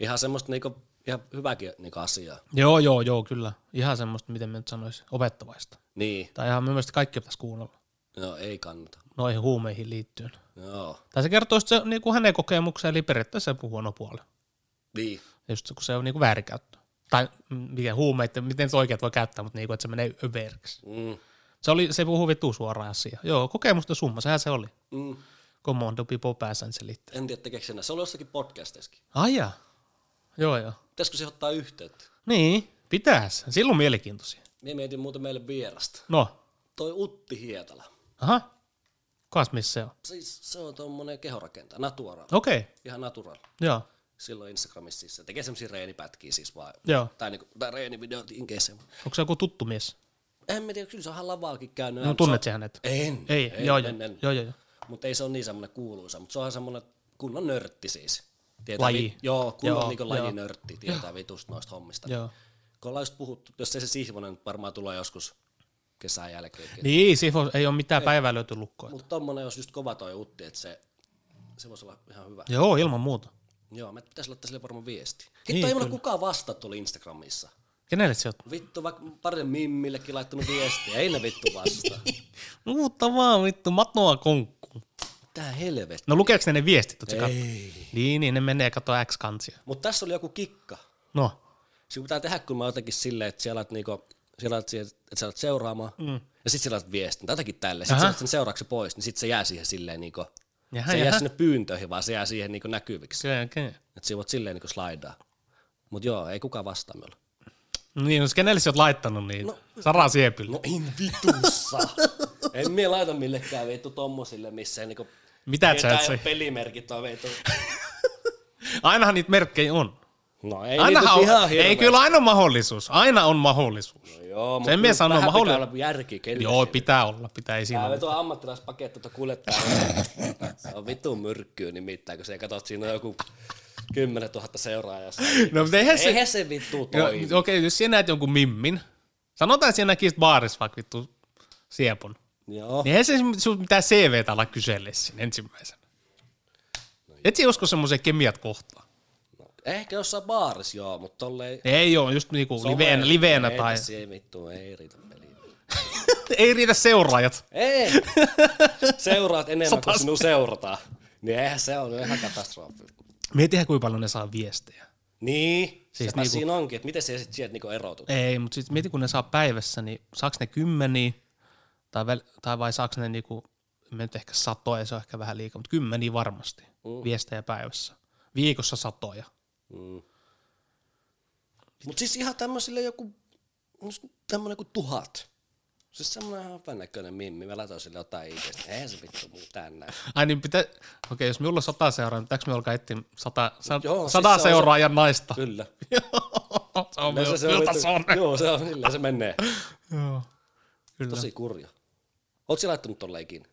Ihan semmoista niinku, ihan hyväkin niinku asiaa. Joo, joo, joo, kyllä. Ihan semmoista, miten mä nyt sanoisin, opettavaista. Niin. Tai ihan mun mielestä kaikki pitäisi kuunnella No ei kannata. noihin huumeihin liittyen. Joo. Tai se kertoo just se, niin kuin hänen kokemukseen, eli periaatteessa se huono puoli. Niin. Just se, kun se on niin kuin väärinkäyttö. Tai mm, miten huumeet, miten se oikeat voi käyttää, mutta niin kuin, että se menee överiksi. Mm. Se, oli, se puhuu vittu suoraan asiaan. Joo, kokemusta summa, sehän se oli. Mm. Commando Pipo pääsään selittää. En tiedä tekeekö se enää. Se oli jossakin podcasteissakin. Ai jaa. Joo, joo. Pitäisikö se ottaa yhteyttä? Niin, pitäis. Silloin mielenkiintoisia. Mie Niin mietin muuten meille vierasta. No, Toi Utti Hietala. aha. Kas missä se on? Siis se on tuommoinen kehorakentaja, natural. No. Okei, okay. Ihan natural. joo, Silloin Instagramissa siis. Se tekee semmosia reenipätkiä siis vaan. joo. Tai, niinku, tai reenivideot inkeissä. Onko se joku tuttu mies? En mä tiedä, kyllä se on ihan lavaakin käynyt. No Hän- tunnet se sä hänet? on... En. Ei, en, joo, joo, en, en. joo, joo, joo. Mutta ei se ole niin semmoinen kuuluisa, mutta se onhan semmoinen kunnon nörtti siis. Tietää Laji. Vi- joo, kunnon Joo, joo, niin joo. lajinörtti, tietää vitusta noista hommista. joo. Kun ollaan just puhuttu, jos ei se Sihvonen varmaan tulee joskus kesän jälkeen. Niin, Sifo ei ole mitään päiväilöity lukkoa. Mutta tommonen jos just kova toi Utti, että se, se voisi olla ihan hyvä. Joo, ilman muuta. Joo, me pitäisi laittaa sille varmaan viesti. Hitto, Niin, niin, ei mulla kyllä. kukaan vastaa tuolla Instagramissa. Kenelle se on? Vittu, vaikka parille mimmillekin laittanut viestiä, ei ne vittu vastaa. Niin. Uutta No, vaan vittu, matnoa konkkuun. Tää helvet. No lukeeko ne ne viestit? oot sä kat- Ei. Niin, niin ne menee kato X-kansia. Mutta tässä oli joku kikka. No, Siinä pitää tehdä, kun mä jotenkin silleen, että siellä olet, niinku, siellä olet, siihen, että sä alat seuraamaan, mm. ja sitten siellä olet viestin, tai jotakin tälle. Sitten Aha. sä otat sen seuraaksi pois, niin sitten se jää siihen silleen, niinku, jaha, se ei jää jaha. sinne pyyntöihin, vaan se jää siihen niinku näkyviksi. Kyllä, kyllä. Että siinä voit silleen niinku slaidaa. Mutta joo, ei kukaan vastaa meillä. Niin, jos kenelle sä oot laittanut niitä? No, Sara Siepille. No en vitussa. en mie laita millekään vittu tommosille, missä ei niinku... Mitä et sä et Ketään ei ole se? pelimerkit on vittu. Ainahan niitä merkkejä on. No ei niitä Ainahan nyt on, ihan ei kyllä aina on mahdollisuus. Aina on mahdollisuus. No joo, Sen mie sanon, vähän mahdollinen. pitää olla järki kelle. Joo, pitää olla, pitää ei siinä Tää ole. veto ammattilaispaketti, että kuljettaa. se on vittu myrkkyä nimittäin, kun sä katsot, siinä on joku 10 000 seuraajaa. No, mutta eihän se... Eihän se vittu No, toimi. Okei, jos sinä näet jonkun mimmin, sanotaan, että sinä näkisit baarissa vaikka vittu siepon, Joo. niin eihän se sinun mitään CVtä ala kysellä sinne ensimmäisenä. Et sä usko semmoiseen kemiat kohtaan. Ehkä jossain baarissa joo, mutta tolleen... Ei ole, just niinku liveenä, liveenä ei, tai... tässä Ei vittu, ei riitä peliä. Ei riitä seuraajat. Ei! Seuraat enemmän Sata- kuin sinun seurataan. Niin eihän se ole ihan katastrofi. Mietihän, kuinka paljon ne saa viestejä. Niin, Siis siis niinku- niinku... siinä onkin, että miten se sit sieltä niinku erotut. Ei, mutta sitten mieti, kun ne saa päivässä, niin saaks ne kymmeniä, tai, väl, tai vai saaks ne niinku, me nyt ehkä satoja, se on ehkä vähän liikaa, mutta kymmeniä varmasti mm. viestejä päivässä. Viikossa satoja. Mm. Mutta siis ihan tämmöisille joku, tämmöinen kuin tuhat. Siis semmoinen ihan hyvän näköinen mimmi, mä laitan sille jotain itsestä. Eihän se vittu muu tänne. Ai niin pitä... Okei, jos minulla on sata seuraa, niin pitääkö me alkaa etsiä sata, sa, Joo, siis sadaa se on se- seuraajan naista? Kyllä. se on Yleensä mil- miltä vittu- se on. Joo, se on, sillä se menee. Joo. Kyllä. Tosi kurja. Oot sä laittanut tolle ikinä?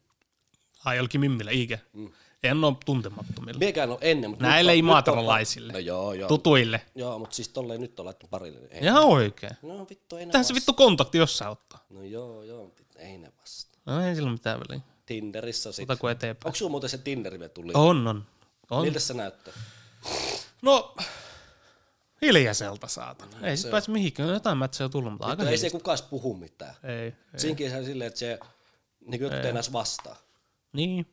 Ai jollekin mimmille, ikä. Mm. En ole tuntemattomille. Miekään on ennen, mutta... Näille nyt on- nyt on- imatralaisille. No joo, joo. Tutuille. Joo, mutta siis tolleen nyt on laittanut parille. niin Ei. Ihan oikein. No vittu, ei ne Tähän se vittu kontakti jossain ottaa. No joo, joo, mutta ei ne vastaa. No ei sillä mitään väliä. Tinderissä Ota sitten. kuin eteenpäin. Onko sulla muuten se Tinder tuli? On, on. on. Miltä se näyttää? No, hiljaiselta saatana. Ei sit pääse mihinkään. Jotain mätsä on tullut, mutta aika No Ei hiljaiselta. se kukaan edes puhu mitään. Ei, ei. Siinkin ihan silleen, että se niin jotkut ei enää vastaa. Niin.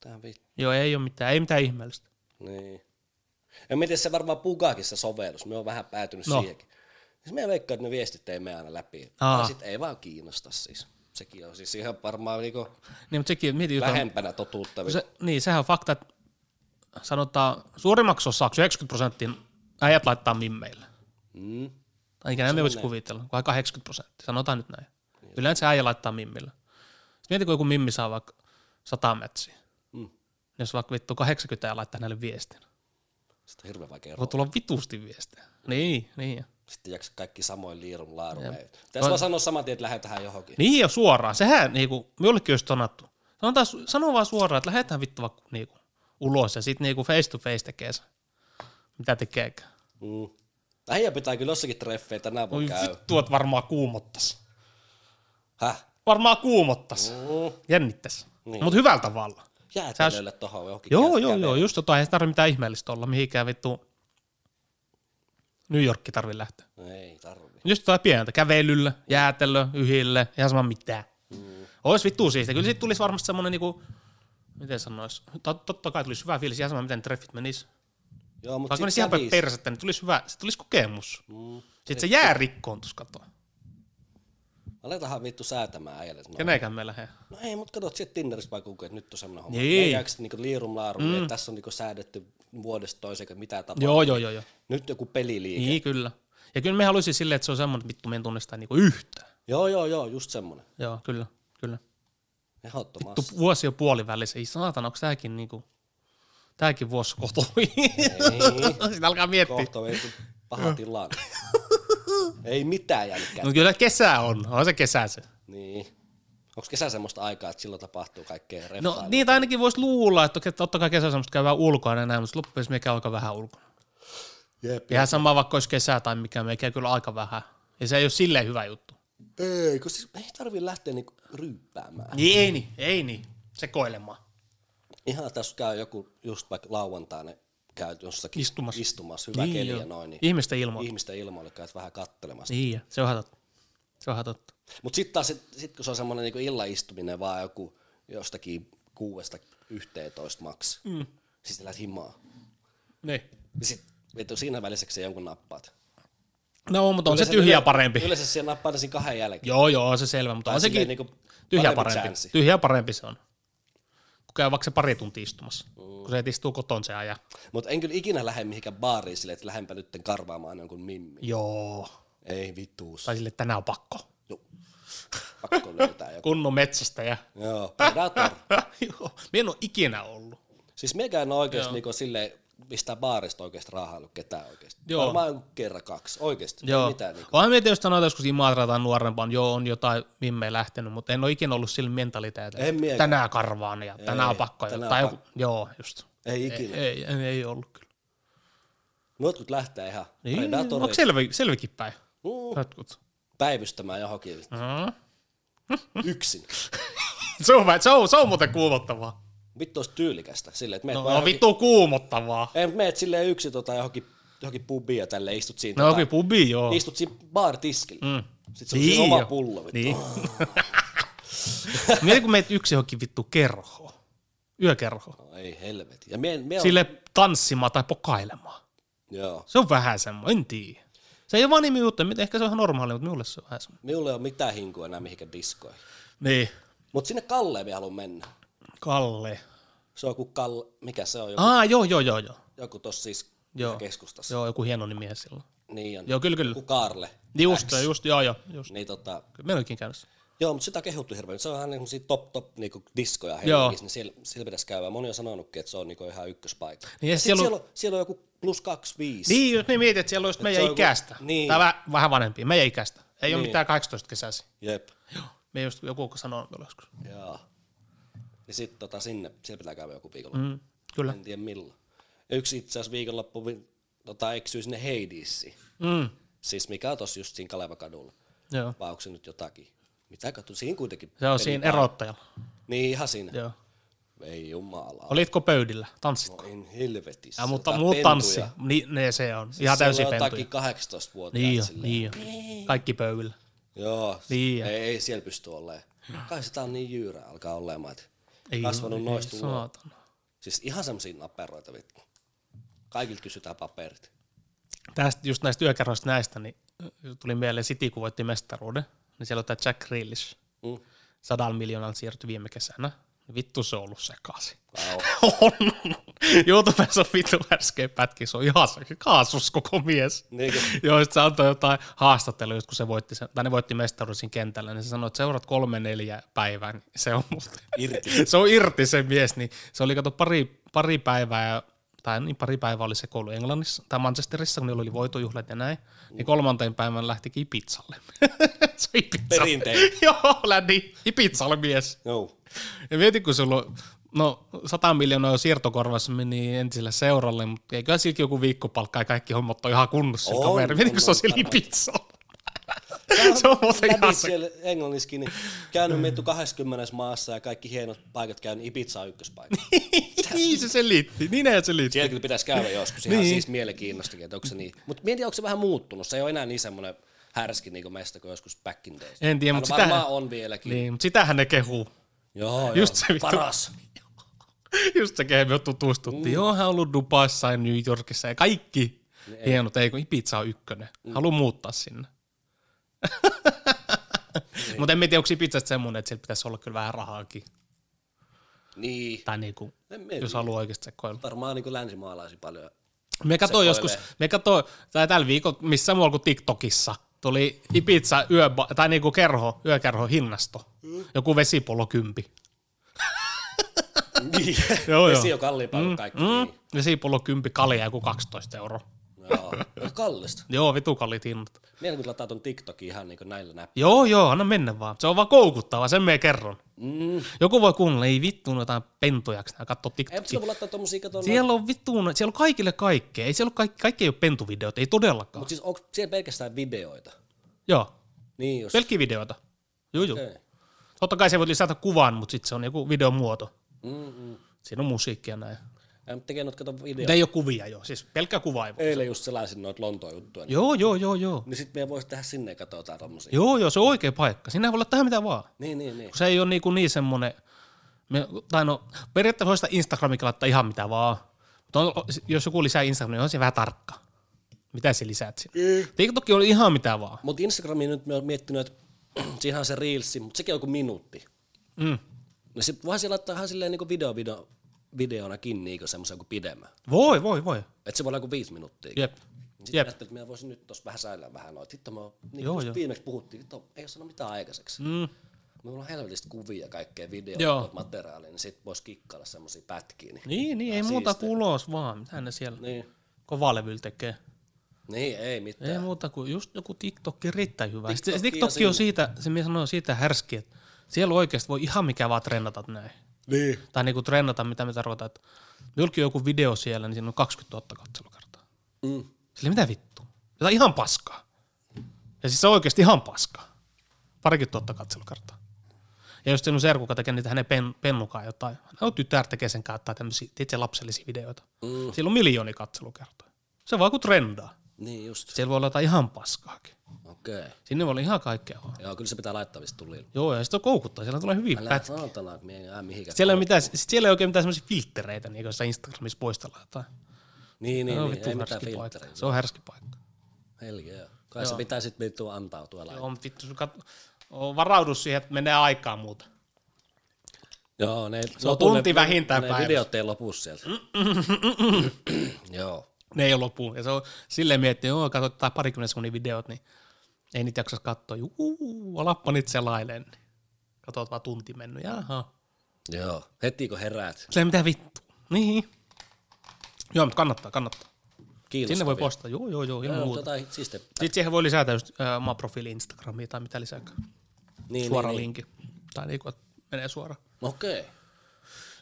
Tää vittu. Joo, ei ole mitään. Ei mitään ihmeellistä. Niin. Ja miten se varmaan pugaakin se sovellus, me on vähän päätynyt No. no. siihenkin. Siis me veikkaan, että ne viestit ei mene aina läpi. Aa. Ja sit ei vaan kiinnosta siis. Sekin on siis ihan varmaan niinku Niin, mutta sekin, mieti jotain. lähempänä totuutta. Se... Se, niin, sehän on fakta, että sanotaan suurimmaksi osaksi 90 prosenttia äijät laittaa mimmeille. Mm. Tai ikinä me voisi kuvitella, kun aika 80 prosenttia, sanotaan nyt näin. Yleensä se äijä laittaa mimmillä. Sitten mieti, kun joku mimmi saa vaikka 100 metsiä. Mm. Niin Jos vaikka vittu 80 ja laittaa näille viestin. Sitten on hirveän vaikea Voi Mut... tulla vitusti viestejä. Niin, niin. Sitten jaksa kaikki samoin liirun laarumeet. Tässä vaan sanoa saman tien, että lähdetään johonkin. Niin jo suoraan. Sehän niinku, minullekin olisi tonattu. Sanotaan, su- sano vaan suoraan, että lähdetään vittu vaikka niinku, ulos ja sitten niinku face to face tekee se. Mitä tekeekään. Mm. Äijä pitää kyllä jossakin treffejä tänä Voi vuonna käy. vittu, että varmaan kuumottas. Häh? Varmaan kuumottas. Mm. Jännittäs. Niin. Niin. Mutta hyvällä tavalla. Jäätelölle tohon johonkin. Joo, käy- joo, käy- joo, just jotain. Ei se tarvitse mitään ihmeellistä olla, mihinkään vittu New Yorkki tarvii lähteä. Ei tarvi. Just jotain pientä, kävelyllä, jäätelö, yhille, ihan sama mitään. Mm. Ois vittu siistiä. Kyllä siitä tulisi varmasti semmonen niinku, miten sanois, tot- totta kai tulisi hyvä fiilis, ihan sama miten treffit menis. Joo, mutta Vaikka sit menis ihan päin kävis. persettä, niin tulisi hyvä, se tulisi kokemus. Mm. Sitten se jää rikkoontus katoa. Aletaanhan vittu säätämään äijälle. että No, Kenenkään meillä he. No ei, mutta katsot sieltä Tinderissä vaan kukaan, että nyt on semmoinen homma. Niin. Niin. Jääkset niinku liirum laarum, mm. että tässä on niinku säädetty vuodesta toiseen, että mitä tapahtuu. Joo, joo, joo, joo. Nyt joku peliliike. Niin. Niin, kyllä. Ja kyllä me haluaisin silleen, että se on semmoinen, että vittu, me en tunnista niinku yhtään. Joo, joo, joo, just semmoinen. Joo, kyllä, kyllä. Ehdottomasti. Tu vuosi on puolivälissä. Ei saatana, onko tämäkin niinku, tääkin vuosi kotoi? Sitten alkaa miettiä. Kohta on joku paha tilanne. ei mitään jälkeä. No kyllä kesä on, on se kesä se. Niin. Onko kesä semmoista aikaa, että silloin tapahtuu kaikkea No reffailua? niitä ainakin voisi luulla, että okei, totta kai kesä semmoista käydään ulkona enää, mutta loppujen mikä aika vähän ulkona. Jep. Ihan sama vaikka olisi kesä tai mikä, me käy kyllä aika vähän. Ja se ei ole silleen hyvä juttu. Ei, kun siis ei tarvii lähteä niinku ryyppäämään. Niin ei niin, ei niin, sekoilemaan. Ihan tässä käy joku just vaikka lauantaina käy jossakin Istumassa. istumassa hyvä niin, keli ja noin. Niin Ihmisten ilmoilla. ihmisten ilmoille käyt vähän kattelemassa. Niin, ja se onhan totta. Se onhan totta. Mutta sitten taas, sit, sit, kun se on semmoinen niinku illaistuminen, vaan joku jostakin kuudesta yhteentoista maks, mm. siis sä lähdet himaa. Niin. Ja sit, vittu, siinä välissä sä jonkun nappaat. No, mutta on se Yleensä- tyhjä yle- parempi. Yleensä siellä nappaat ne siinä kahden jälkeen. Joo, joo, on se selvä, mutta on sekin silleen niinku niinku tyhjä parempi parempi. chanssi. Tyhjä parempi se on. Kun käy vaikka se pari tuntia istumassa, Mm. kun se et istuu koton se ajan. Mutta en kyllä ikinä lähde mihinkään baariin silleen, että lähdenpä nyt karvaamaan jonkun mimmi. Joo. Ei vittuus. Tai sille että tänään on pakko. Joo. Pakko löytää joku. Kunnon metsästäjä. Joo, predator. joo. Mie en ole ikinä ollut. Siis miekään en ole oikeasti niinku silleen, mistä baarista oikeasti raahailu ketään oikeasti. Joo. Joo. Varmaan joku kerran kaksi, oikeasti. Ei Joo. Mitään, niinku. Vaan mietin, jos sanotaan joskus Imatra tai nuorempaan, joo, on jotain mimme lähtenyt, mutta en ole ikinä ollut sillä mentaliteetillä. En miekään. Tänään karvaan ja tänään on pakko. ja- tänään tai on joku, joo, just. Ei ikinä. Ei, ei, ei ollut kyllä. Jotkut lähtee ihan Niin, onko predatoriin selvä, selvikin päin? Mm, Jotkut. päivystämään johonkin Mm. yksin. Se on, vä- se on, se on muuten kuumottavaa. Vittu olisi tyylikästä. Silleen, että meet No, vaan no johonkin, vittu kuumottavaa. Ei, mut meet silleen yksin tota, johonkin, johonkin pubiin ja tälle istut siinä. No tota, jokin pubi, joo. Istut siinä baartiskillä. Mm. Sitten se on Niin siinä oma jo. pullo. Vittu. Niin. Mieti kun meet yksi johonkin vittu kerhoon. Yökerhoon. No, ei helvetti. Ja me, me on, Sille tanssimaan tai pokailemaan. joo. Se on vähän semmoinen, en tiedä. Se ei ole vaan nimi juttu, mitä- ehkä se on ihan normaali, mutta minulle se on vähän semmoinen. Minulla ei ole mitään hinkua enää mihinkään diskoihin. Niin. Mutta sinne Kalleen me haluan mennä. Kalle. Se on kuin Kalle, mikä se on, joku, Aa, joo, joo, joo, joo. joku tossa siis Ah. Joo. keskustassa. Joo, joku hieno nimi silloin. Niin on. Joo, kyllä, kyllä. Niin Joku Karle. Just, se, just, joo, joo. Just. Niin tota, Kyllä Meillä onkin käynyt. joo, mutta sitä on kehuttu hirveän. Se on ihan niinku siitä top top niinku diskoja Joo. Helsingissä, niin siellä, siellä pitäisi käydä. Moni on sanonutkin, että se on niinku ihan ykköspaikka. Niin, ja Sit siellä on- siellä, on, siellä on joku plus 25. Niin, jos niin mietit, että siellä olisi meidän se on joku- ikäistä. niin. Tai vähän, vähän vanhempia, meidän ikäistä. Ei ole Niin. mitään 18 kesäisiä. Jep. Me just joku sanoi minulle joskus. Joo. Niin sitten tota, sinne, siellä pitää käydä joku viikolla. Mm. Mm, kyllä. En tiedä milloin. Ja Yksi itse asiassa viikonloppu vi- tota, eksyi sinne Heidisiin. Mm, Siis mikä on tossa just siinä Kalevakadulla. joo. Vai onko se nyt jotakin? Mitä katso? Siinä kuitenkin. Se on peli- siinä erottajalla. Niin ihan siinä. Joo. Ei jumala. Olitko pöydillä? Tanssitko? No en helvetissä. ja, mutta Jotain muut pentuja. Siis tanssi. Niin, ne se on. Ihan Siellä on täysin jotakin pentuja. 18-vuotiaat Niin jo, silleen. niin jo. Kaikki pöydillä. Joo, Niin. ei, ei siellä pysty olemaan. Kai sitä on niin jyyrä alkaa olemaan, että Ei, kasvanut ei, noista tuloa. saatana. Siis ihan semmosia naperoita vittu. Kaikilta kysytään paperit. Tästä, just näistä yökerhoista näistä, niin tuli mieleen City, kun voitti mestaruuden. Niin siellä on tämä Jack Grealish. Mm. Sadan miljoonan siirtyi viime kesänä. Niin Vittu se on ollut sekaisin. Vau. On. YouTubessa on vittu äsken pätki, se on ihan se- kaasus koko mies. Niinkö? Joo, sit se antoi jotain haastattelua, just kun se voitti, sen, tai ne voitti mestaruuden siinä kentällä, niin se sanoi, että seurat kolme neljä päivää, niin se on muuten. Irti. se on irti se mies, niin se oli kato pari, pari päivää, ja- tai niin pari päivää oli se koulu Englannissa, tai Manchesterissa, kun niillä oli voitojuhlat ja näin, niin kolmanteen päivän lähtikin Ibizalle. se on Ibizalle. Perinteinen. Joo, lädi, Ibizalle mies. Joo. Ja mietin, kun sulla on, no 100 miljoonaa on siirtokorvassa meni entiselle seuralle, mutta eiköhän silti joku viikkopalkka ja kaikki hommat on ihan kunnossa. On, On, kaveri. Mietin, on, kun se on on siellä varmasti. pizza. se on muuten ihan Läpi se. siellä Englannissakin, niin käynyt meitä 20 maassa ja kaikki hienot paikat käynyt Ibiza on ykköspaikka. niin se selitti, niin ei selitti. Siellä kyllä pitäisi käydä joskus, ihan Niin. siis mielenkiinnostakin, että onko se niin. Mutta mietin, onko se vähän muuttunut, se ei ole enää niin semmoinen härski niin kuin meistä kuin joskus back in days. En tiedä, Aina mutta Varmaan sitähän- on vieläkin. Niin, mutta sitähän ne kehuu. Joo, Just joo. se vittu. Paras. Just se, kehen me tutustuttiin. Mm. Joo, hän on ollut Dubaissa ja New Yorkissa ja kaikki hienot. Niin Ei, Mm. kun Ibiza on ykkönen. Haluan muuttaa sinne. Mutta en mä tiedä, onko Ibizasta semmoinen, että sillä pitäisi olla kyllä vähän rahaakin. Niin. Tai niinku, En mä jos haluaa oikeasti sekoilla. Varmaan niin länsimaalaisia paljon. Me katsoin Sekoilee. joskus, me katsoin, tai tällä viikolla, missä muualla kuin TikTokissa, tuli Ibiza yö, tai niinku kerho, yökerho hinnasto. Joku vesipollo kympi. Niin. Joo, Vesi joo. on kalliimpaa kuin kaikki. Mm, Mm. vesipollo kympi kalja joku 12 euroa. Joo. Ja kallista. Joo, vitu kalliit hinnat. Mielenkiintoista lataa ton TikTokin ihan niin näillä näppäillä. Joo, joo, anna mennä vaan. Se on vaan koukuttava, sen me kerron. Mm. Joku voi kuunnella, ei vittu, ne jotain pentujaksi, nää katso Ei, mutta TikTokia. voi laittaa tommosia katolla. Siellä on vittu, siellä on kaikille kaikkea. Ei siellä ole kaikki, kaikki ei ole pentuvideot, ei todellakaan. Mutta siis onko siellä pelkästään videoita? Joo, Niin just. Pelkkiä videoita. Joo, joo. Okei. Totta kai se voi lisätä kuvan, mutta sitten se on joku videomuoto. Mm-mm. Siinä on musiikkia näin. Ei, mutta Mm, tekee noita kato videoita. Mutta ei ole kuvia, joo. Siis pelkkä kuva ei voi. Eilen just selaisin noita Lontoon juttuja. Niin, Joo, joo, joo, joo. niin sit me voisi tehdä sinne ja katsoa jotain tommosia. Joo, joo, se on oikea paikka. Sinä voi olla tähän mitä vaan. Niin, niin, niin. Kun se ei ole niinku niin semmonen, me, tai no, periaatteessa voi sitä Instagramikin laittaa ihan mitä vaan. Mutta on, jos joku lisää Instagramia, niin on se vähän tarkka. Mitä sä lisäät sinne? TikTok on ihan mitä vaan. Mutta Instagramiin nyt me oon miettinyt, että siinä on se Reelsi, mutta sekin on joku minuutti. Mm. No sit voihan siellä laittaa ihan silleen niinku video, video, videonakin niinku semmoisen joku pidemmän. Voi, voi, voi. Et se voi olla joku viisi minuuttia. Jep. Sitten Jep. ajattelin, että minä voisin nyt tuossa vähän säilyä vähän noita. Hitto, mä, oon- niin Joo, joo, joo. joo. viimeksi puhuttiin, hitto, ei ole saanut mitään aikaiseksi. Mm. Mm. Meillä on helvetistä kuvia, kaikkea videoita, Joo. joo. materiaalia, niin sit voisi kikkailla semmosia pätkiä. Niin. Niin, niin, ei muuta kuin ulos vaan. Mitä ne siellä Niin. kovalevyllä tekee? niin, ei Ei mitään. Tää. muuta kuin just joku TikTok erittäin hyvä. TikTokki TikTok, on TikTok on siinä. siitä, se minä sanoin siitä härski, että siellä oikeasti voi ihan mikä vaan trennata näin. Niin. Tai niinku trennata, mitä me tarkoitan, että jolkin joku video siellä, niin siinä on 20 000 katselukertaa. Mm. Sillä mitä vittu? Jotain ihan paskaa. Ja siis se on oikeasti ihan paskaa. Parikin tuhatta katselukertaa. Ja jos sinun serkuka tekee niitä hänen pen, pennukaan jotain, no tytär tekee sen kautta tämmöisiä itse lapsellisia videoita. Mm. Siellä on miljooni katselukertaa. Se vaan kuin trendaa. Niin just. Siellä voi olla jotain ihan paskaakin. Okei. Okay. Sinne voi olla ihan kaikkea vaan. Joo, kyllä se pitää laittaa vist tulille. Joo, ja sitten koukuttaa. Siellä tulee hyvin Älä pätkiä. saatana, kun en jää mihinkään. Siellä ei, ole mitään, sit siellä ei oikein mitään semmoisia filttereitä, niin kuin jossain Instagramissa poistellaan jotain. Niin, niin, se on niin. vittu Ei mitään härski paikka. filtteriä. Se on härski paikka. Helgeä. Kai se pitää sit vittu antautua laittaa. Joo, mutta vittu, sun kat... oo, varaudu siihen, että menee aikaa muuta. Joo, ne, on lopu- tunti Mm, ne- vähintään ne päivässä. videot ei lopu sieltä. mm, Joo. Ne ei ole lopuun. Ja se on silleen miettinyt, joo, katso tää parikymmenen sekunnin videot, niin ei niitä jaksa katsoa. Juu, alappa niitä selailen. Katot vaan tunti mennyt, jaha. Joo. Heti kun heräät. Se mitä vittu. Niin. Joo, mutta kannattaa, kannattaa. Kiinnostavia. Sinne voi postaa, joo, joo, joo, ilman Joo, tota, siis muuta. mutta jotain siiste. Sitten siihen voi lisätä just äh, oma profiili Instagramiin tai mitä lisääkään. Niin, Suora niin, niin. linkki. Tai niinku, että menee suoraan. No Okei. No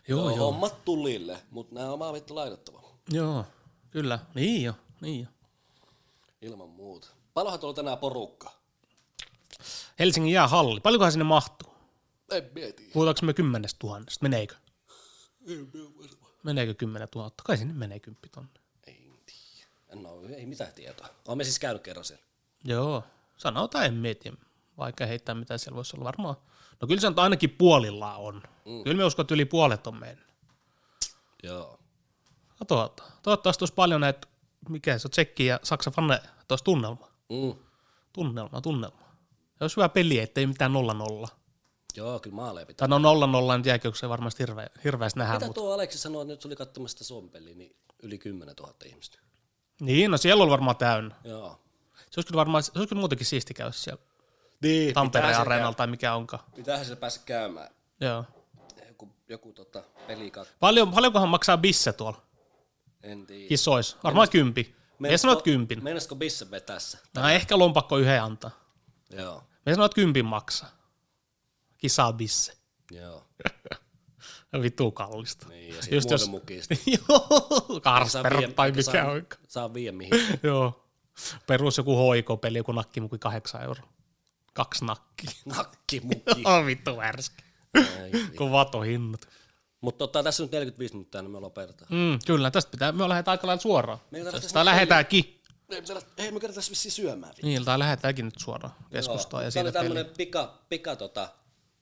Joo, Joo, joo. hommat tulille, mutta nämä on vaan vittu laitettava. Joo, kyllä. Niin jo, niin jo. Ilman muuta. Paljonhan tuolla tänään porukka. Helsingin jäähalli. Paljonkohan sinne mahtuu? En mieti. Puhutaanko me kymmenestä tuhannesta? Meneekö? En mä oo varma. Meneekö kymmenen tuhatta? Kai sinne menee kymppi tonne. En tiedä. No ei mitään tietoa. Olen siis käynyt kerran siellä. Joo, sanotaan en mieti. Vaikka heittää mitä siellä voisi olla varmaan. No kyllä se nyt ainakin puolilla on. Mm. Kyllä me uskon, että yli puolet on mennyt. Joo. Katsotaan. Toivottavasti olisi paljon näitä, mikä se on, Tsekki ja Saksa fanne, tuossa tunnelma. Mm. Tunnelma, tunnelma. Se olisi hyvä peli, ettei mitään nolla nolla. Joo, kyllä maaleja pitää. Tai no nolla nolla nyt jääkiökseen varmasti hirveä, hirveästi nähdään. Mitä Mut. tuo Aleksi sanoi, että nyt tuli katsomassa sitä Suomen peliä, niin yli 10 000 ihmistä. Niin, no siellä on varmaan täynnä. Joo. Se olisi kyllä, varmaan, se olisi kyllä muutenkin siisti käydä siellä Niin, Tampereen pitää se areenalla tai mikä onkaan. käy- Pitäähän se päästä käymään. Joo. Joku, joku tota, pelikat. Paljon, paljonkohan maksaa bisse tuolla En tiedä. kisois? Varmaan kympi. Me sanoit kympin. Meinasko Bisse vetässä? No ehkä lompakko yhden antaa. Joo. Me sanoit kympin maksaa. Kisaa bisse. Joo. Vittu kallista. Niin, ja sitten jos... mukista. Joo, Saa Karsper viien- tai eikä mikä saa- onkaan. Saa viien mihin. Joo. Perus joku hoikopeli, joku nakkimuki kahdeksan euroa. Kaksi nakki. Nakkimuki. On Oh, vittu värski. Kun vatohinnat. Mutta tota, tässä on nyt 45 minuuttia, niin me lopetetaan. Mm, kyllä, tästä pitää, me lähdetään aika lailla suoraan. Me lähdetään Tästä sinne lähetäänkin. Ei, me kerrotaan- Ei me kerrotaan tässä vissiin syömään vielä. Niin, tai lähetäänkin nyt suoraan keskustaan ja Tämä siitä oli peliin. tämmönen pika, pika tota,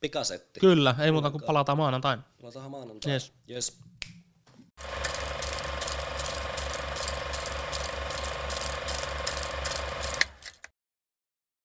pikasetti. Kyllä, ei muuta kuin palataan maanantaina. Palataan maanantaina. Yes. Yes.